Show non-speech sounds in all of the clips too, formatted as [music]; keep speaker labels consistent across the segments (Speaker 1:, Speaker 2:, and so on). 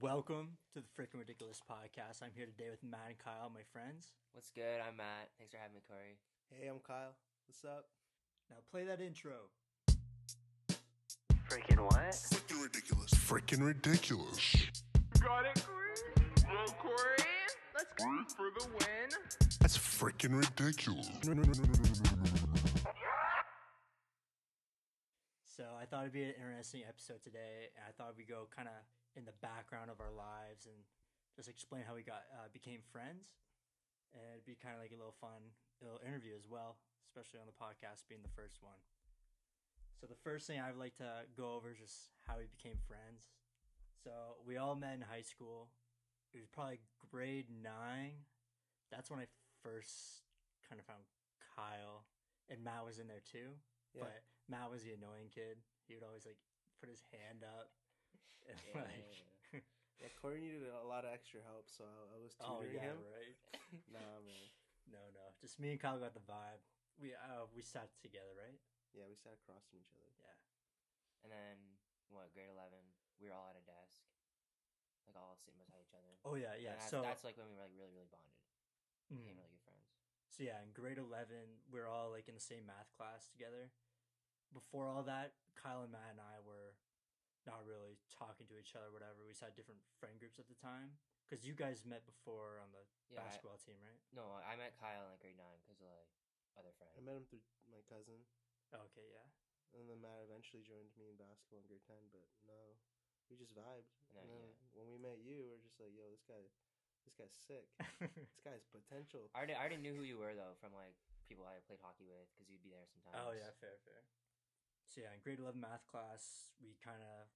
Speaker 1: Welcome to the Freaking Ridiculous Podcast. I'm here today with Matt and Kyle, my friends.
Speaker 2: What's good? I'm Matt. Thanks for having me,
Speaker 1: [laughs]
Speaker 2: Corey.
Speaker 3: Hey, I'm Kyle. What's up?
Speaker 1: Now play that intro.
Speaker 4: Freaking what?
Speaker 5: Freaking ridiculous. Freaking ridiculous.
Speaker 6: Got it, Corey? Well, Corey, let's go for the win.
Speaker 5: That's freaking ridiculous.
Speaker 1: So I thought it'd be an interesting episode today, and I thought we'd go kind of in the background of our lives and just explain how we got uh, became friends. And it'd be kind of like a little fun little interview as well, especially on the podcast being the first one. So the first thing I'd like to go over is just how we became friends. So we all met in high school. It was probably grade nine. That's when I first kind of found Kyle, and Matt was in there too.
Speaker 3: Yeah.
Speaker 1: But Matt was the annoying kid. He would always like put his hand up and
Speaker 2: Yeah.
Speaker 3: [laughs]
Speaker 1: like,
Speaker 3: Yeah, Corey needed a lot of extra help, so I, I was
Speaker 1: oh
Speaker 3: tutoring
Speaker 1: yeah,
Speaker 3: him.
Speaker 1: right. [laughs]
Speaker 3: Nah, man.
Speaker 1: No, no, just me and Kyle got the vibe. We uh we sat together, right?
Speaker 3: Yeah, we sat across from each other.
Speaker 1: Yeah.
Speaker 2: And then what? Grade eleven, we were all at a desk, like all sitting beside each other.
Speaker 1: Oh yeah,
Speaker 2: And
Speaker 1: yeah.
Speaker 2: that's,
Speaker 1: So
Speaker 2: that's like when we were like really, really bonded.
Speaker 1: mm.
Speaker 2: Became really good friends.
Speaker 1: So yeah, in grade eleven, we we're all like in the same math class together. Before all that, Kyle and Matt and I were not really talking to each other, whatever. We just had different friend groups at the time because you guys met before on the
Speaker 2: Yeah. I-
Speaker 1: basketball team, right?
Speaker 2: no, I met Kyle in like grade nine because of like other friends.
Speaker 3: I met him through my cousin,
Speaker 1: Okay, yeah,
Speaker 3: and then Matt eventually joined me in basketball in grade ten. But no, we just vibed.
Speaker 2: No,
Speaker 3: and then
Speaker 2: yeah.
Speaker 3: when we met you, we were just like, "Yo, this guy, this guy's
Speaker 1: [laughs]
Speaker 3: sick. this guy's potential."
Speaker 2: I already, I already knew who you were though from like people I played hockey with because you'd be there sometimes.
Speaker 1: Oh yeah, fair, fair. So yeah, in grade eleven math class, we kind of,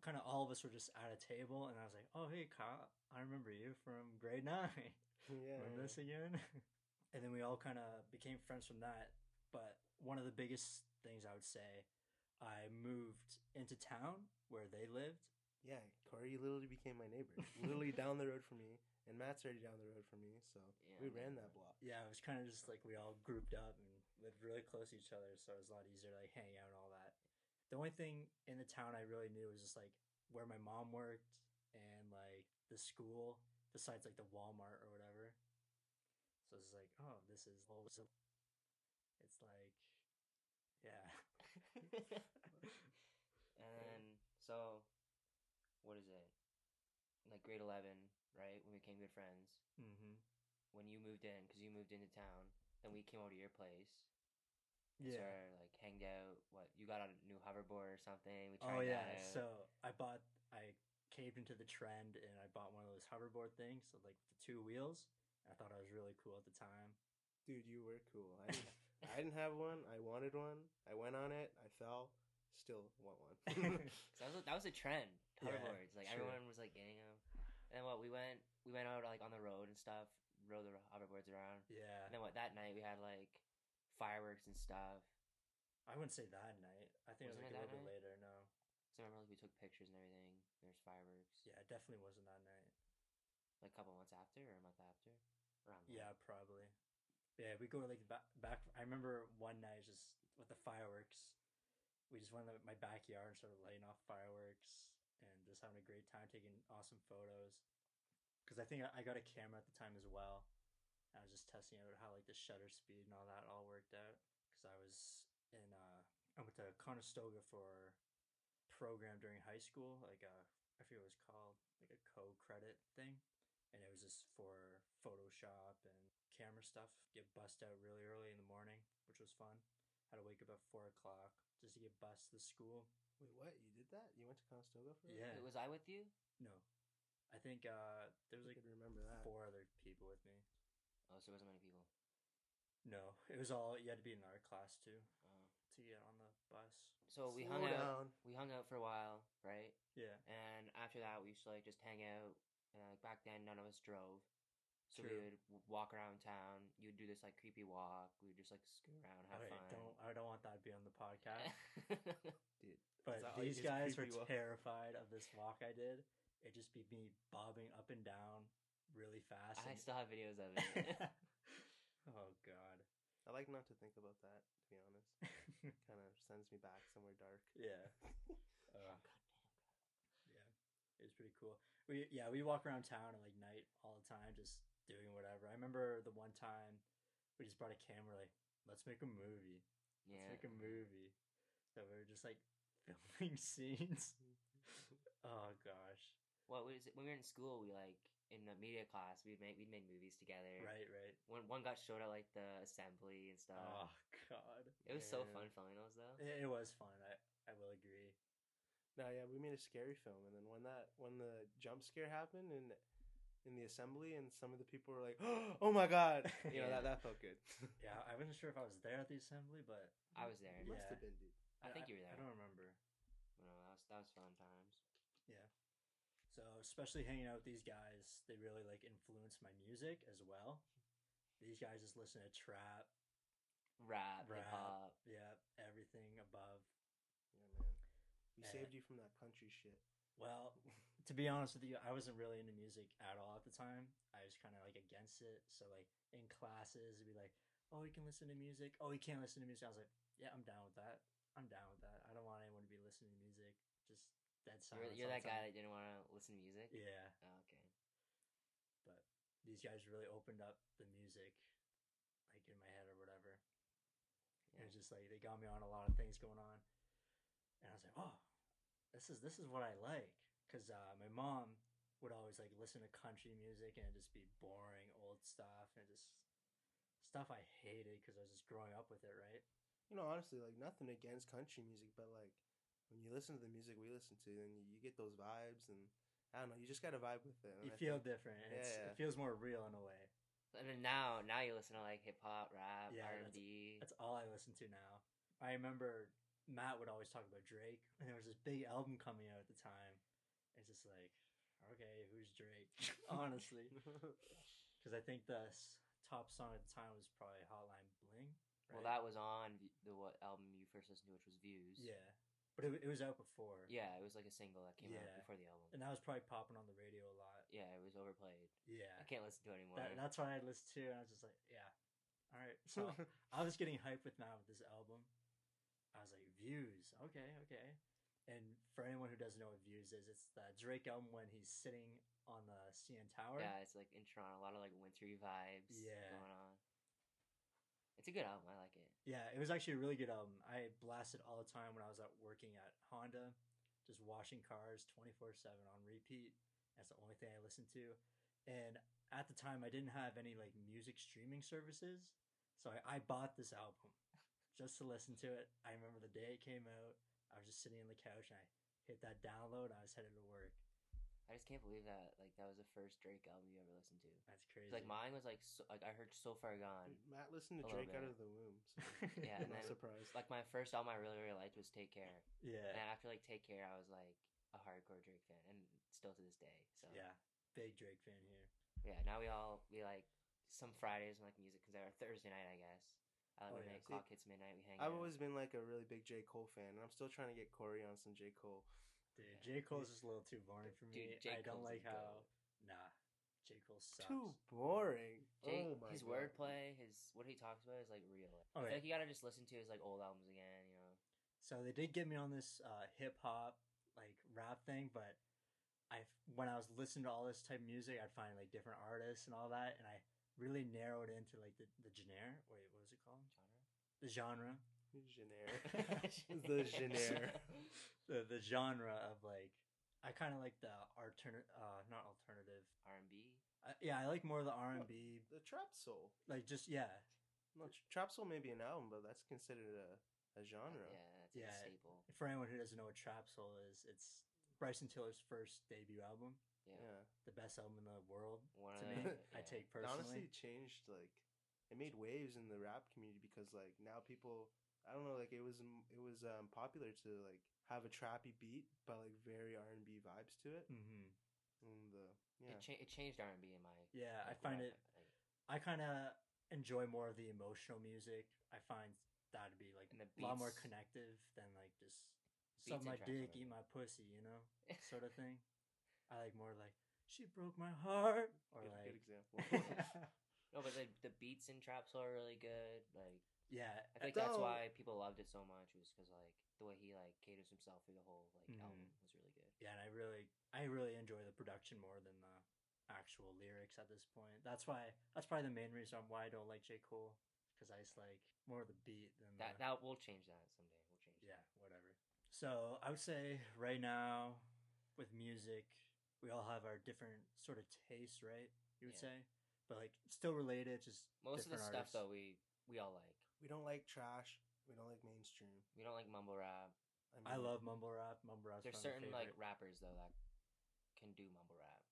Speaker 1: kind of all of us were just at a table, and I was like, "Oh hey, Kyle, I remember you from grade nine.
Speaker 3: [laughs] yeah.
Speaker 1: remember this again?" [laughs] and then we all kind of became friends from that. But one of the biggest things I would say, I moved into town where they lived.
Speaker 3: Yeah, Corey literally became my neighbor, literally down the road from me, and Matt's already down the road from me,
Speaker 1: [laughs]
Speaker 3: so
Speaker 2: Yeah,
Speaker 3: we
Speaker 2: I
Speaker 3: ran
Speaker 2: know.
Speaker 3: that block.
Speaker 1: Yeah, it was kind of just like we all grouped up and lived really close to each other, so it was a lot easier to like hang out and all that. The only thing in the town I really knew was just like where my mom worked and like the school, besides like the Walmart or whatever. So it's like, oh, this is well, so it's like, yeah,
Speaker 2: [laughs]
Speaker 1: [laughs]
Speaker 2: and then so, what is it? Like grade eleven, right? When we became good friends.
Speaker 1: mm-hmm.
Speaker 2: when you moved in because you moved into town. Then we came over to your place. and
Speaker 1: yeah.
Speaker 2: Started, like hanged out. What you got a new hoverboard or something? We tried
Speaker 1: Oh yeah,
Speaker 2: That out.
Speaker 1: so I bought I caved into the trend and I bought one of those hoverboard things, so like the two wheels. I thought it was really cool at the time.
Speaker 3: Dude, you were cool. I didn't, I didn't have one. I wanted one. I went on it. I fell. Still want
Speaker 1: [laughs]
Speaker 3: one. [laughs]
Speaker 2: So that was that was a trend.
Speaker 1: Yeah,
Speaker 2: Hoverboards. like
Speaker 1: true.
Speaker 2: everyone was like getting them. And then what we went we went out like on the road and stuff. Rode the hoverboards around.
Speaker 1: yeah,
Speaker 2: And then what that night we had like fireworks and stuff.
Speaker 1: I wouldn't say that night. I think it was
Speaker 2: Wasn't
Speaker 1: like a
Speaker 2: it
Speaker 1: little
Speaker 2: that
Speaker 1: bit
Speaker 2: night?
Speaker 1: later. No,
Speaker 2: So I remember like we took pictures and everything. There's fireworks.
Speaker 1: yeah, it definitely wasn't that night.
Speaker 2: Like a couple months after or a month after. Around there.
Speaker 1: Yeah, probably. Yeah, we go like back. back I remember one night just with the fireworks. We just went to my backyard and started lighting off fireworks and just having a great time taking awesome photos. Because I think I, I got a camera at the time as well. And I was just testing out how like the shutter speed and all that all worked out. Because I was in uh, I went to Conestoga for program during high school, like a I forget what it was called, like a co-credit thing and it was just for Photoshop and camera stuff. Get bussed out really early in the morning, which was fun. Had to wake up at four o'clock just to get bussed to school.
Speaker 3: Wait, what? You did that? You went to Conestoga for
Speaker 1: Yeah.
Speaker 3: that?
Speaker 2: Was I with you?
Speaker 1: No, I think uh, there was
Speaker 3: I
Speaker 1: like
Speaker 3: could remember that.
Speaker 1: four other people with me.
Speaker 2: Oh, so there wasn't many people.
Speaker 1: No, it was all you had to be in our class too
Speaker 2: Oh.
Speaker 1: to get on the bus.
Speaker 2: So we
Speaker 3: Slow
Speaker 2: hung out.
Speaker 3: down.
Speaker 2: We hung out for a while, right?
Speaker 1: Yeah,
Speaker 2: And after that, we used to like just hang out. And like back then, none of us drove, so we
Speaker 1: True.
Speaker 2: would w- walk around town. You'd do this like creepy walk. We'd just like scoot around, have
Speaker 1: I
Speaker 2: fun. [laughs]
Speaker 1: don't I don't want that to be on the podcast.
Speaker 3: Dude, Is
Speaker 1: But
Speaker 3: that like
Speaker 1: these
Speaker 3: his
Speaker 1: guys were
Speaker 3: creepy walk?
Speaker 1: terrified of this walk I did. It'd just be me bobbing up and down really fast. and-
Speaker 2: I still have
Speaker 1: [laughs]
Speaker 2: videos [laughs] of it.
Speaker 1: oh
Speaker 2: [laughs]
Speaker 1: god.
Speaker 3: I like not to think about that, to be honest.
Speaker 2: Oh,
Speaker 3: kind of sends me back somewhere dark.
Speaker 1: yeah. Uh, yeah. It was pretty cool. We yeah, we walk around town at like night all the time, just doing whatever. I remember the one time we just brought a camera, like let's make a movie. Let's
Speaker 2: Yeah.
Speaker 1: make a movie. So we were just like [laughs] filming
Speaker 2: [laughs]
Speaker 1: scenes. oh gosh,
Speaker 2: What was it? when we were in school? We like in the media class. We'd make we'd make movies together.
Speaker 1: right, right.
Speaker 2: One one got showed at like the assembly and stuff.
Speaker 1: Oh god,
Speaker 2: Uh, it was so
Speaker 3: yeah.
Speaker 2: fun filming those though.
Speaker 1: it, it was fun. I I will agree.
Speaker 3: No, yeah, we made a scary film, and then when that when the jump scare happened in in the assembly, and some of the people were like, [gasps] "Oh my god," you know
Speaker 2: Yeah.
Speaker 3: that that felt good.
Speaker 1: Yeah, I wasn't sure if I was there at the assembly, but
Speaker 2: I was there.
Speaker 3: You must
Speaker 1: Yeah.
Speaker 3: have been, dude.
Speaker 2: I think you were
Speaker 1: I
Speaker 2: there.
Speaker 1: don't remember.
Speaker 2: You know, that was that was fun times.
Speaker 1: So, especially hanging out with these guys, they really like influenced my music as well. These guys just listen to trap,
Speaker 2: Rap,
Speaker 1: Rap.
Speaker 2: hip hop.
Speaker 1: yeah, everything above.
Speaker 3: Yeah, man. We
Speaker 1: Yeah.
Speaker 3: saved you from that country shit.
Speaker 2: [laughs]
Speaker 1: Well, to be honest with you, I wasn't really into music at all at the time. I was kind of like against it. So, like in classes, it'd be like, "Oh, you can listen to music. Oh, you can't listen to music." I was like, "Yeah, I'm down with that. I'm down with that. I don't want anyone to be listening to music. Just dead silence."
Speaker 2: You're, you're
Speaker 1: all
Speaker 2: that
Speaker 1: the
Speaker 2: guy
Speaker 1: time."
Speaker 2: that didn't want to listen to music.
Speaker 1: Yeah,
Speaker 2: Oh, okay.
Speaker 1: but these guys really opened up the music, like in my head or whatever. And it's just like they got me on a lot of things going on, and I was like, oh, this is this is what I like, because uh, my mom would always like listen to country music and it'd just be boring old stuff and just stuff I hated because I was just growing up with it, right?
Speaker 3: You know, honestly, like nothing against country music, but like when you listen to the music we listen to, then you, you get those vibes, and I don't know, you just gotta vibe with it.
Speaker 1: You
Speaker 3: and I
Speaker 1: feel
Speaker 3: [laughs] think-
Speaker 1: different. And it's,
Speaker 3: Yeah, yeah.
Speaker 1: It feels more real in a way.
Speaker 2: And then now, now you listen to like hip hop, rap,
Speaker 1: Yeah,
Speaker 2: R
Speaker 1: that's-
Speaker 2: and B.
Speaker 1: That's all I listen to now. I remember Matt would always talk about Drake, and there was this big album coming out at the time. It's just like, okay, who's Drake?
Speaker 2: [laughs]
Speaker 1: Honestly, because I think the s- top song at the time was probably Hotline Bling.
Speaker 2: Well,
Speaker 1: right?
Speaker 2: that was on v- the what album you first listened to, which was Views.
Speaker 1: yeah, but it, wa- it was out before.
Speaker 2: Yeah, it was like a single that came out
Speaker 1: Yeah.
Speaker 2: before the album.
Speaker 1: and that was probably popping on the radio a lot.
Speaker 2: yeah, it was overplayed. I
Speaker 1: Yeah,
Speaker 2: can't listen to it anymore.
Speaker 1: that, that's what I listened to, and I was just like, yeah, all
Speaker 2: [laughs]
Speaker 1: right.
Speaker 2: Oh,
Speaker 1: So I was getting hyped with Matt with this album. I was like, views, okay, okay. And for anyone who doesn't know what views is, it's the Drake album when he's sitting on the CN Tower.
Speaker 2: yeah, it's like in Toronto, a lot of like wintry vibes
Speaker 1: Yeah.
Speaker 2: going on. It's a good album. I like it.
Speaker 1: Yeah, it was actually a really good album. I blasted all the time when I was out working at Honda, just washing cars 24 7 on repeat. That's the only thing I listened to. And at the time, I didn't have any like music streaming services. So I, I bought this album just to listen to it. I remember the day it came out, I was just sitting on the couch and I hit that download. I was headed to work.
Speaker 2: I just can't believe that like that was the first Drake album you ever listened to.
Speaker 1: That's crazy. Mm-hmm.
Speaker 2: Like mine was like so, like I heard So Far Gone.
Speaker 3: Dude, [laughs] Matt listened to
Speaker 2: A little
Speaker 3: Drake out
Speaker 2: bit.
Speaker 3: of the womb.
Speaker 2: [laughs]
Speaker 3: So
Speaker 2: Yeah,
Speaker 3: I'm
Speaker 1: [laughs]
Speaker 2: and
Speaker 3: not
Speaker 2: then
Speaker 3: surprised.
Speaker 2: like my first album I really really liked was Take Care.
Speaker 1: [laughs]
Speaker 2: And
Speaker 1: yeah.
Speaker 2: after like Take Care, I was like a hardcore Drake fan, and still to this day. So
Speaker 1: Yeah. Big Drake fan here.
Speaker 2: yeah. Now we all we like some Fridays when like music comes out, or Thursday night, I guess. I
Speaker 1: Oh,
Speaker 2: like
Speaker 1: yeah.
Speaker 2: when
Speaker 3: See,
Speaker 2: clock hits midnight. We hang.
Speaker 3: I've
Speaker 2: out.
Speaker 3: always been like a really big J Cole fan, and I'm still trying to get Corey on some J Cole.
Speaker 1: Dude,
Speaker 2: Yeah.
Speaker 1: J. Cole's just a little too boring for me.
Speaker 2: Dude, J.
Speaker 1: I don't
Speaker 2: Cole's a
Speaker 1: like how.
Speaker 2: goat.
Speaker 1: Nah, J. Cole sucks.
Speaker 3: Too boring.
Speaker 2: Jake,
Speaker 3: oh my
Speaker 2: his
Speaker 3: God. [laughs]
Speaker 2: wordplay, his what he talks about is like real.
Speaker 1: Oh, yeah.
Speaker 2: I feel like you gotta just listen to his like old albums again.
Speaker 1: [laughs]
Speaker 2: You know, [laughs]
Speaker 1: So they did get me on this uh, hip hop like rap thing, but I when I was listening to all this type of music, I'd find like different artists and all that, and I really narrowed into like the the genre. Wait, what was it called? The genre.
Speaker 2: [laughs]
Speaker 3: Generic.
Speaker 2: genre.
Speaker 3: the generic.
Speaker 1: the the genre of like I kind of like the alternate, uh, not alternative.
Speaker 2: R and B.
Speaker 1: Uh, yeah, I like more of the R and B,
Speaker 3: The trap soul.
Speaker 1: like just yeah,
Speaker 3: No, tr- trap soul may be an album, but that's considered a, a genre.
Speaker 2: uh, Yeah, that's
Speaker 1: Yeah.
Speaker 2: a staple.
Speaker 1: for anyone who doesn't know what trap soul is, it's Bryson Tiller's first debut album,
Speaker 2: Yeah.
Speaker 1: the best album in the world
Speaker 2: One
Speaker 1: to
Speaker 2: of
Speaker 1: me.
Speaker 2: the-
Speaker 1: I
Speaker 2: yeah.
Speaker 1: take
Speaker 3: It
Speaker 1: personally.
Speaker 3: honestly changed like it made waves in the rap community because like now people I don't know like it was m- it was um, popular to like have a trappy beat but like very R and B vibes to it.
Speaker 1: hmm
Speaker 3: And the
Speaker 2: It,
Speaker 3: yeah.
Speaker 2: cha- it changed R and B in my.
Speaker 1: Yeah, I
Speaker 2: like, what
Speaker 1: find it.
Speaker 2: like,
Speaker 1: I kind of enjoy more of the emotional music. I find that to be like
Speaker 2: And the
Speaker 1: a lot more
Speaker 2: beats.
Speaker 1: connective than like just
Speaker 2: Beats
Speaker 1: suck my
Speaker 2: and tracks
Speaker 1: dick,
Speaker 2: on it.
Speaker 1: eat my pussy, you know,
Speaker 2: [laughs]
Speaker 1: sort of thing. I like more like she broke my heart or like
Speaker 3: good, good example.
Speaker 1: [laughs]
Speaker 3: [laughs]
Speaker 2: No, but the the beats in trap soul are really good. Like
Speaker 1: yeah,
Speaker 2: I think that's why people loved it so much was because like the way he like caters himself through the whole like
Speaker 1: Mhm.
Speaker 2: album was really good.
Speaker 1: yeah, and I really I really enjoy the production more than the actual lyrics at this point. That's why that's probably the main reason why I don't like J Cole because I just like more of the beat than
Speaker 2: That
Speaker 1: the,
Speaker 2: that we'll change that someday. We'll change.
Speaker 1: yeah whatever. So I would say right now with music, we all have our different sort of tastes, right? You would say,
Speaker 2: Yeah.
Speaker 1: but like still related, just
Speaker 2: That. Most of the
Speaker 1: different
Speaker 2: stuff
Speaker 1: artists.
Speaker 2: though we we all like.
Speaker 3: We don't like trash. We don't like mainstream.
Speaker 2: We don't like mumble rap.
Speaker 1: I
Speaker 3: mean,
Speaker 1: love mumble rap. Mumble rap.
Speaker 2: There's certain like rappers though that can do mumble rap,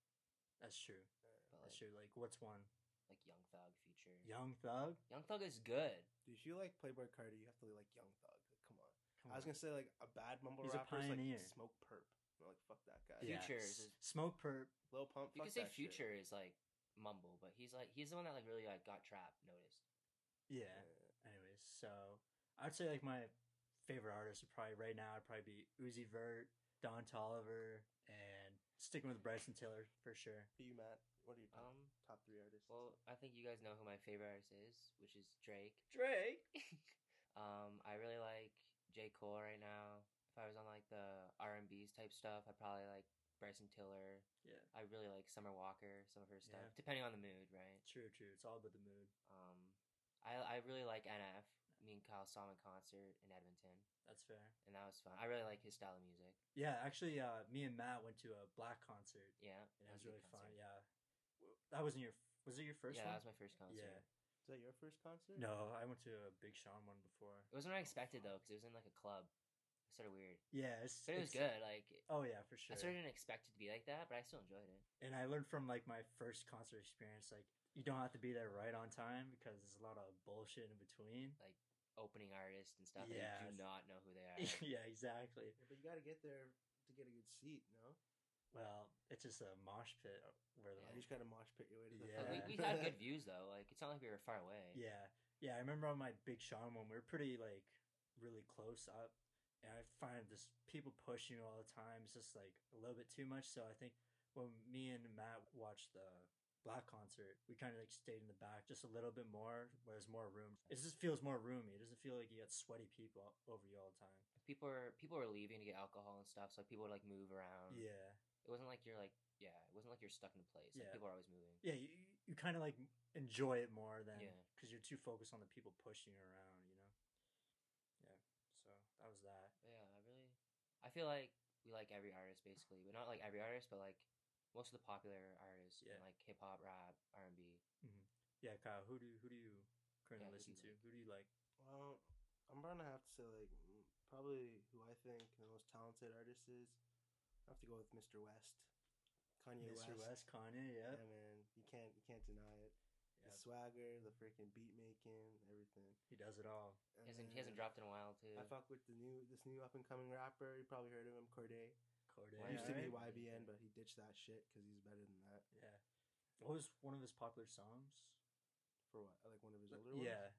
Speaker 1: that's true.
Speaker 3: uh,
Speaker 2: but
Speaker 1: That's
Speaker 2: like,
Speaker 1: true. Like what's one?
Speaker 2: like Young Thug feature.
Speaker 1: Young Thug.
Speaker 2: Young Thug is good.
Speaker 3: Dude, if you like Playboy Cardi, you have to like Young Thug. Like, come on.
Speaker 1: Come
Speaker 3: I was
Speaker 1: on.
Speaker 3: gonna say like a bad mumble
Speaker 1: Mm. He's a
Speaker 3: rapper is like
Speaker 1: pioneer.
Speaker 3: Smoke Perp. I'm like fuck that guy.
Speaker 1: Yeah.
Speaker 2: Future
Speaker 1: S-
Speaker 2: is-
Speaker 1: Smoke Perp.
Speaker 3: Lil Pump.
Speaker 2: You
Speaker 3: fuck
Speaker 2: could say
Speaker 3: that shit.
Speaker 2: Future is like mumble, but he's like he's the one that like really like got trap noticed.
Speaker 1: Yeah.
Speaker 3: Yeah.
Speaker 1: Anyways, so I'd say like my favorite artists would probably right now would probably be Uzi Vert, Don Tolliver, and sticking with Bryson Tiller for sure.
Speaker 3: For you, Matt, what are your top,
Speaker 2: Um,
Speaker 3: top three artists?
Speaker 2: well, I think you guys know who my favorite artist is, which is Drake.
Speaker 1: Drake.
Speaker 2: [laughs] um, I really like J Cole right now. If I was on like the R and B's type stuff, I'd probably like Bryson Tiller.
Speaker 1: Yeah.
Speaker 2: I really like Summer Walker, some of her stuff,
Speaker 1: Yeah.
Speaker 2: depending on the mood, right?
Speaker 1: True, true. It's all about the mood.
Speaker 2: Um, I I really like NF. Me and Kyle saw him in concert in Edmonton,
Speaker 1: That's fair.
Speaker 2: and that was fun. I really like his style of music.
Speaker 1: Yeah, actually, uh, me and Matt went to a black concert.
Speaker 2: Yeah,
Speaker 1: And it
Speaker 2: that
Speaker 1: was
Speaker 2: a good
Speaker 1: really fun.
Speaker 2: concert.
Speaker 1: Yeah, W- that wasn't your. Was it your first
Speaker 2: yeah,
Speaker 1: one?
Speaker 2: that was my first concert.
Speaker 1: Yeah.
Speaker 3: is that your first concert?
Speaker 1: No, I went to a Big Sean one before.
Speaker 2: It wasn't what I expected though, because it was in like a club. It's sort of weird,
Speaker 1: Yeah, it's,
Speaker 2: but it was
Speaker 1: it's-
Speaker 2: good. Like
Speaker 1: Oh yeah, for sure.
Speaker 2: I sort of didn't expect it to be like that, but I still enjoyed it.
Speaker 1: and I learned from like my first concert experience, like you don't have to be there right on time because there's a lot of bullshit in between.
Speaker 2: Opening artist and stuff.
Speaker 1: Yeah.
Speaker 2: Yeah, you do not know
Speaker 1: [laughs]
Speaker 2: who they [laughs] are.
Speaker 1: yeah, exactly.
Speaker 3: Yeah, but you gotta get there to get a good seat. No,
Speaker 1: Well, it's just a mosh pit uh, where the
Speaker 2: Yeah.
Speaker 3: you just gotta mosh pit your way to the.
Speaker 2: But
Speaker 1: Yeah.
Speaker 2: we, we had
Speaker 3: [laughs]
Speaker 2: good views though. Like it's not like we were far away.
Speaker 1: yeah, yeah. I remember on my Big Sean one, we were pretty like really close up, and I find this people pushing you all the time. It's just like a little bit too much. So I think when me and Matt watched the Black concert, we kind of like stayed in the back just a little bit more, where there's more room. It just feels more roomy. It doesn't feel like you got sweaty people over you all the time.
Speaker 2: People were people were leaving to get alcohol and stuff, so like, people would like move around.
Speaker 1: Yeah.
Speaker 2: It wasn't like you're like yeah. It wasn't like you're stuck in a place. Like,
Speaker 1: Yeah.
Speaker 2: People are always moving.
Speaker 1: Yeah, you, you kind of like enjoy it more than
Speaker 2: Yeah.
Speaker 1: because you're too focused on the people pushing you around, you know. Yeah, so that was that.
Speaker 2: But yeah, I really. I feel like we like every artist basically, but not like every artist, but like most of the popular artists
Speaker 1: Yeah.
Speaker 2: in like hip hop, rap, R and B.
Speaker 1: Yeah, Kyle, who do who do you currently
Speaker 2: Yeah, who
Speaker 1: listen
Speaker 2: do
Speaker 1: to?
Speaker 2: you
Speaker 1: Who do you like?
Speaker 3: Well, I'm gonna have to say like mm, probably who I think the most talented artist is. I have to go with Mr. West, Kanye
Speaker 1: Mr. West, Kanye.
Speaker 3: Yeah,
Speaker 1: Yeah,
Speaker 3: man, you can't you can't deny it.
Speaker 1: Yeah,
Speaker 3: The swagger, the freaking beat making, everything.
Speaker 1: he does it all.
Speaker 3: And
Speaker 2: He hasn't he
Speaker 3: then
Speaker 1: Mm.
Speaker 2: hasn't dropped in a while too.
Speaker 3: I fuck with the new this new up and coming rapper. You probably heard of him, Corday.
Speaker 1: Cordae,
Speaker 2: Yeah,
Speaker 3: He used to be
Speaker 1: right?
Speaker 2: right?
Speaker 3: YBN, but he ditched that shit because he's better than that.
Speaker 1: Yeah. What was one of his popular songs?
Speaker 3: For what? Like one of his
Speaker 1: Like-
Speaker 3: older ones.
Speaker 1: Yeah,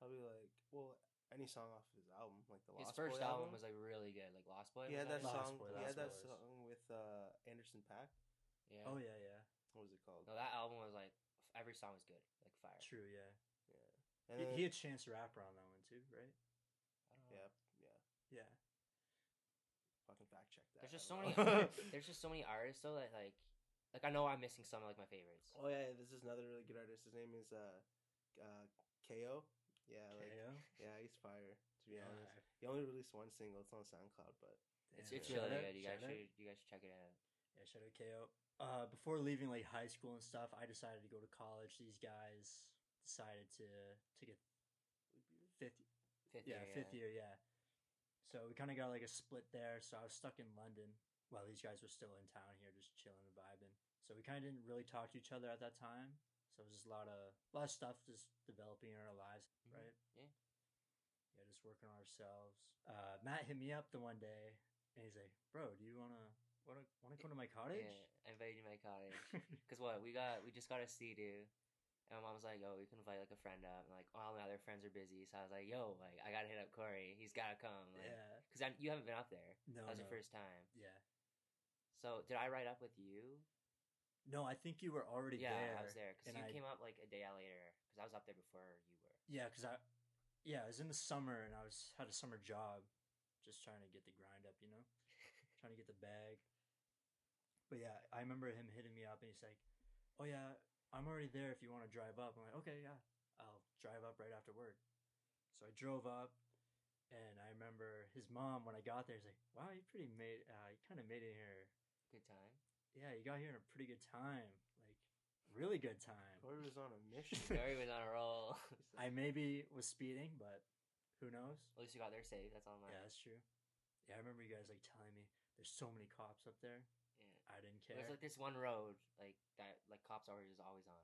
Speaker 3: Probably like well, any song off his album, like the
Speaker 2: His
Speaker 3: Lost
Speaker 2: first
Speaker 3: Boy
Speaker 2: album was like really good, like Lost Boy.
Speaker 3: he had that
Speaker 2: was
Speaker 1: Lost
Speaker 3: song.
Speaker 1: Boy,
Speaker 3: he had
Speaker 1: Lost
Speaker 3: that
Speaker 1: Boy was-
Speaker 3: song with uh, Anderson Pack.
Speaker 2: Yeah.
Speaker 1: Oh yeah, yeah.
Speaker 3: What was it called?
Speaker 2: No, that album was like every song was good, like fire.
Speaker 1: True. Yeah.
Speaker 3: And
Speaker 1: He,
Speaker 3: then-
Speaker 1: he had Chance the Rapper on that one too, right?
Speaker 2: I don't know.
Speaker 3: yeah, yeah.
Speaker 1: Yeah.
Speaker 3: Fucking fact check that.
Speaker 2: There's just
Speaker 3: I
Speaker 2: so many.
Speaker 3: don't [laughs] know.
Speaker 2: there's just so many artists though that like, like I know I'm missing some of like my favorites.
Speaker 3: oh yeah, this is another really good artist. His name is uh, uh, Ko. Yeah, like
Speaker 1: K.O.
Speaker 3: yeah, he's fire. To be
Speaker 1: Yeah,
Speaker 3: honest, he only released one single. It's on SoundCloud, but
Speaker 2: It's
Speaker 1: damn.
Speaker 2: it's
Speaker 1: Shout out,
Speaker 2: really good. You guys
Speaker 1: shout out.
Speaker 2: should you guys should check it out.
Speaker 1: Yeah, shout out KO. Uh, before leaving like high school and stuff, I decided to go to college. These guys decided to to get fifth,
Speaker 2: Fifth
Speaker 1: yeah,
Speaker 2: year,
Speaker 1: fifth year, yeah. So we kind of got like a split there. So I was stuck in London while these guys were still in town here, just chilling and vibing. So we kind of didn't really talk to each other at that time. So it was just a lot of a lot of stuff just developing in our lives,
Speaker 2: Mhm.
Speaker 1: right?
Speaker 2: Yeah.
Speaker 1: Yeah, just working on ourselves. Uh, Matt hit me up the one day, and he's like, "Bro, do you wanna wanna wanna come to my cottage?" [laughs]
Speaker 2: Yeah, I invited you to my cottage. Cause what we got, we just got a sea doo, and my mom was like, "Oh, we can invite like a friend up." And like all my other friends are busy, so I was like, "Yo, like I gotta hit up Corey. He's gotta come." Like,
Speaker 1: yeah.
Speaker 2: Cause I, you haven't been up there.
Speaker 1: No.
Speaker 2: that was
Speaker 1: no.
Speaker 2: your first time.
Speaker 1: Yeah.
Speaker 2: So did I ride up with you?
Speaker 1: No, I think you were already
Speaker 2: yeah,
Speaker 1: there.
Speaker 2: I was there because
Speaker 1: and
Speaker 2: you
Speaker 1: I-
Speaker 2: came up like a day later. Because I was up there before you were.
Speaker 1: Yeah, because I, yeah, it was in the summer and I was had a summer job, just trying to get the grind up, you know, trying to get the bag. But yeah, I remember him hitting me up and he's like, "Oh yeah, I'm already there if you want to drive up." I'm like, "Okay, yeah, I'll drive up right after work." So I drove up, and I remember his mom when I got there. He's like, "Wow, you pretty made. Uh, you kind of made it here.
Speaker 2: Good
Speaker 1: [laughs]
Speaker 2: time.
Speaker 1: Yeah, you got here in a pretty good time. Like, really good time.
Speaker 3: Corey was on a
Speaker 2: [laughs]
Speaker 3: mission.
Speaker 2: Gary was on a roll. [laughs]
Speaker 1: I maybe was speeding, but who knows?
Speaker 2: At least you got there safe. That's all that
Speaker 1: Yeah, that's
Speaker 2: matters.
Speaker 1: true. Yeah, I remember you guys like telling me there's so many cops up there.
Speaker 2: Yeah.
Speaker 1: I didn't care.
Speaker 2: There's like this one road like that like cops are just always on.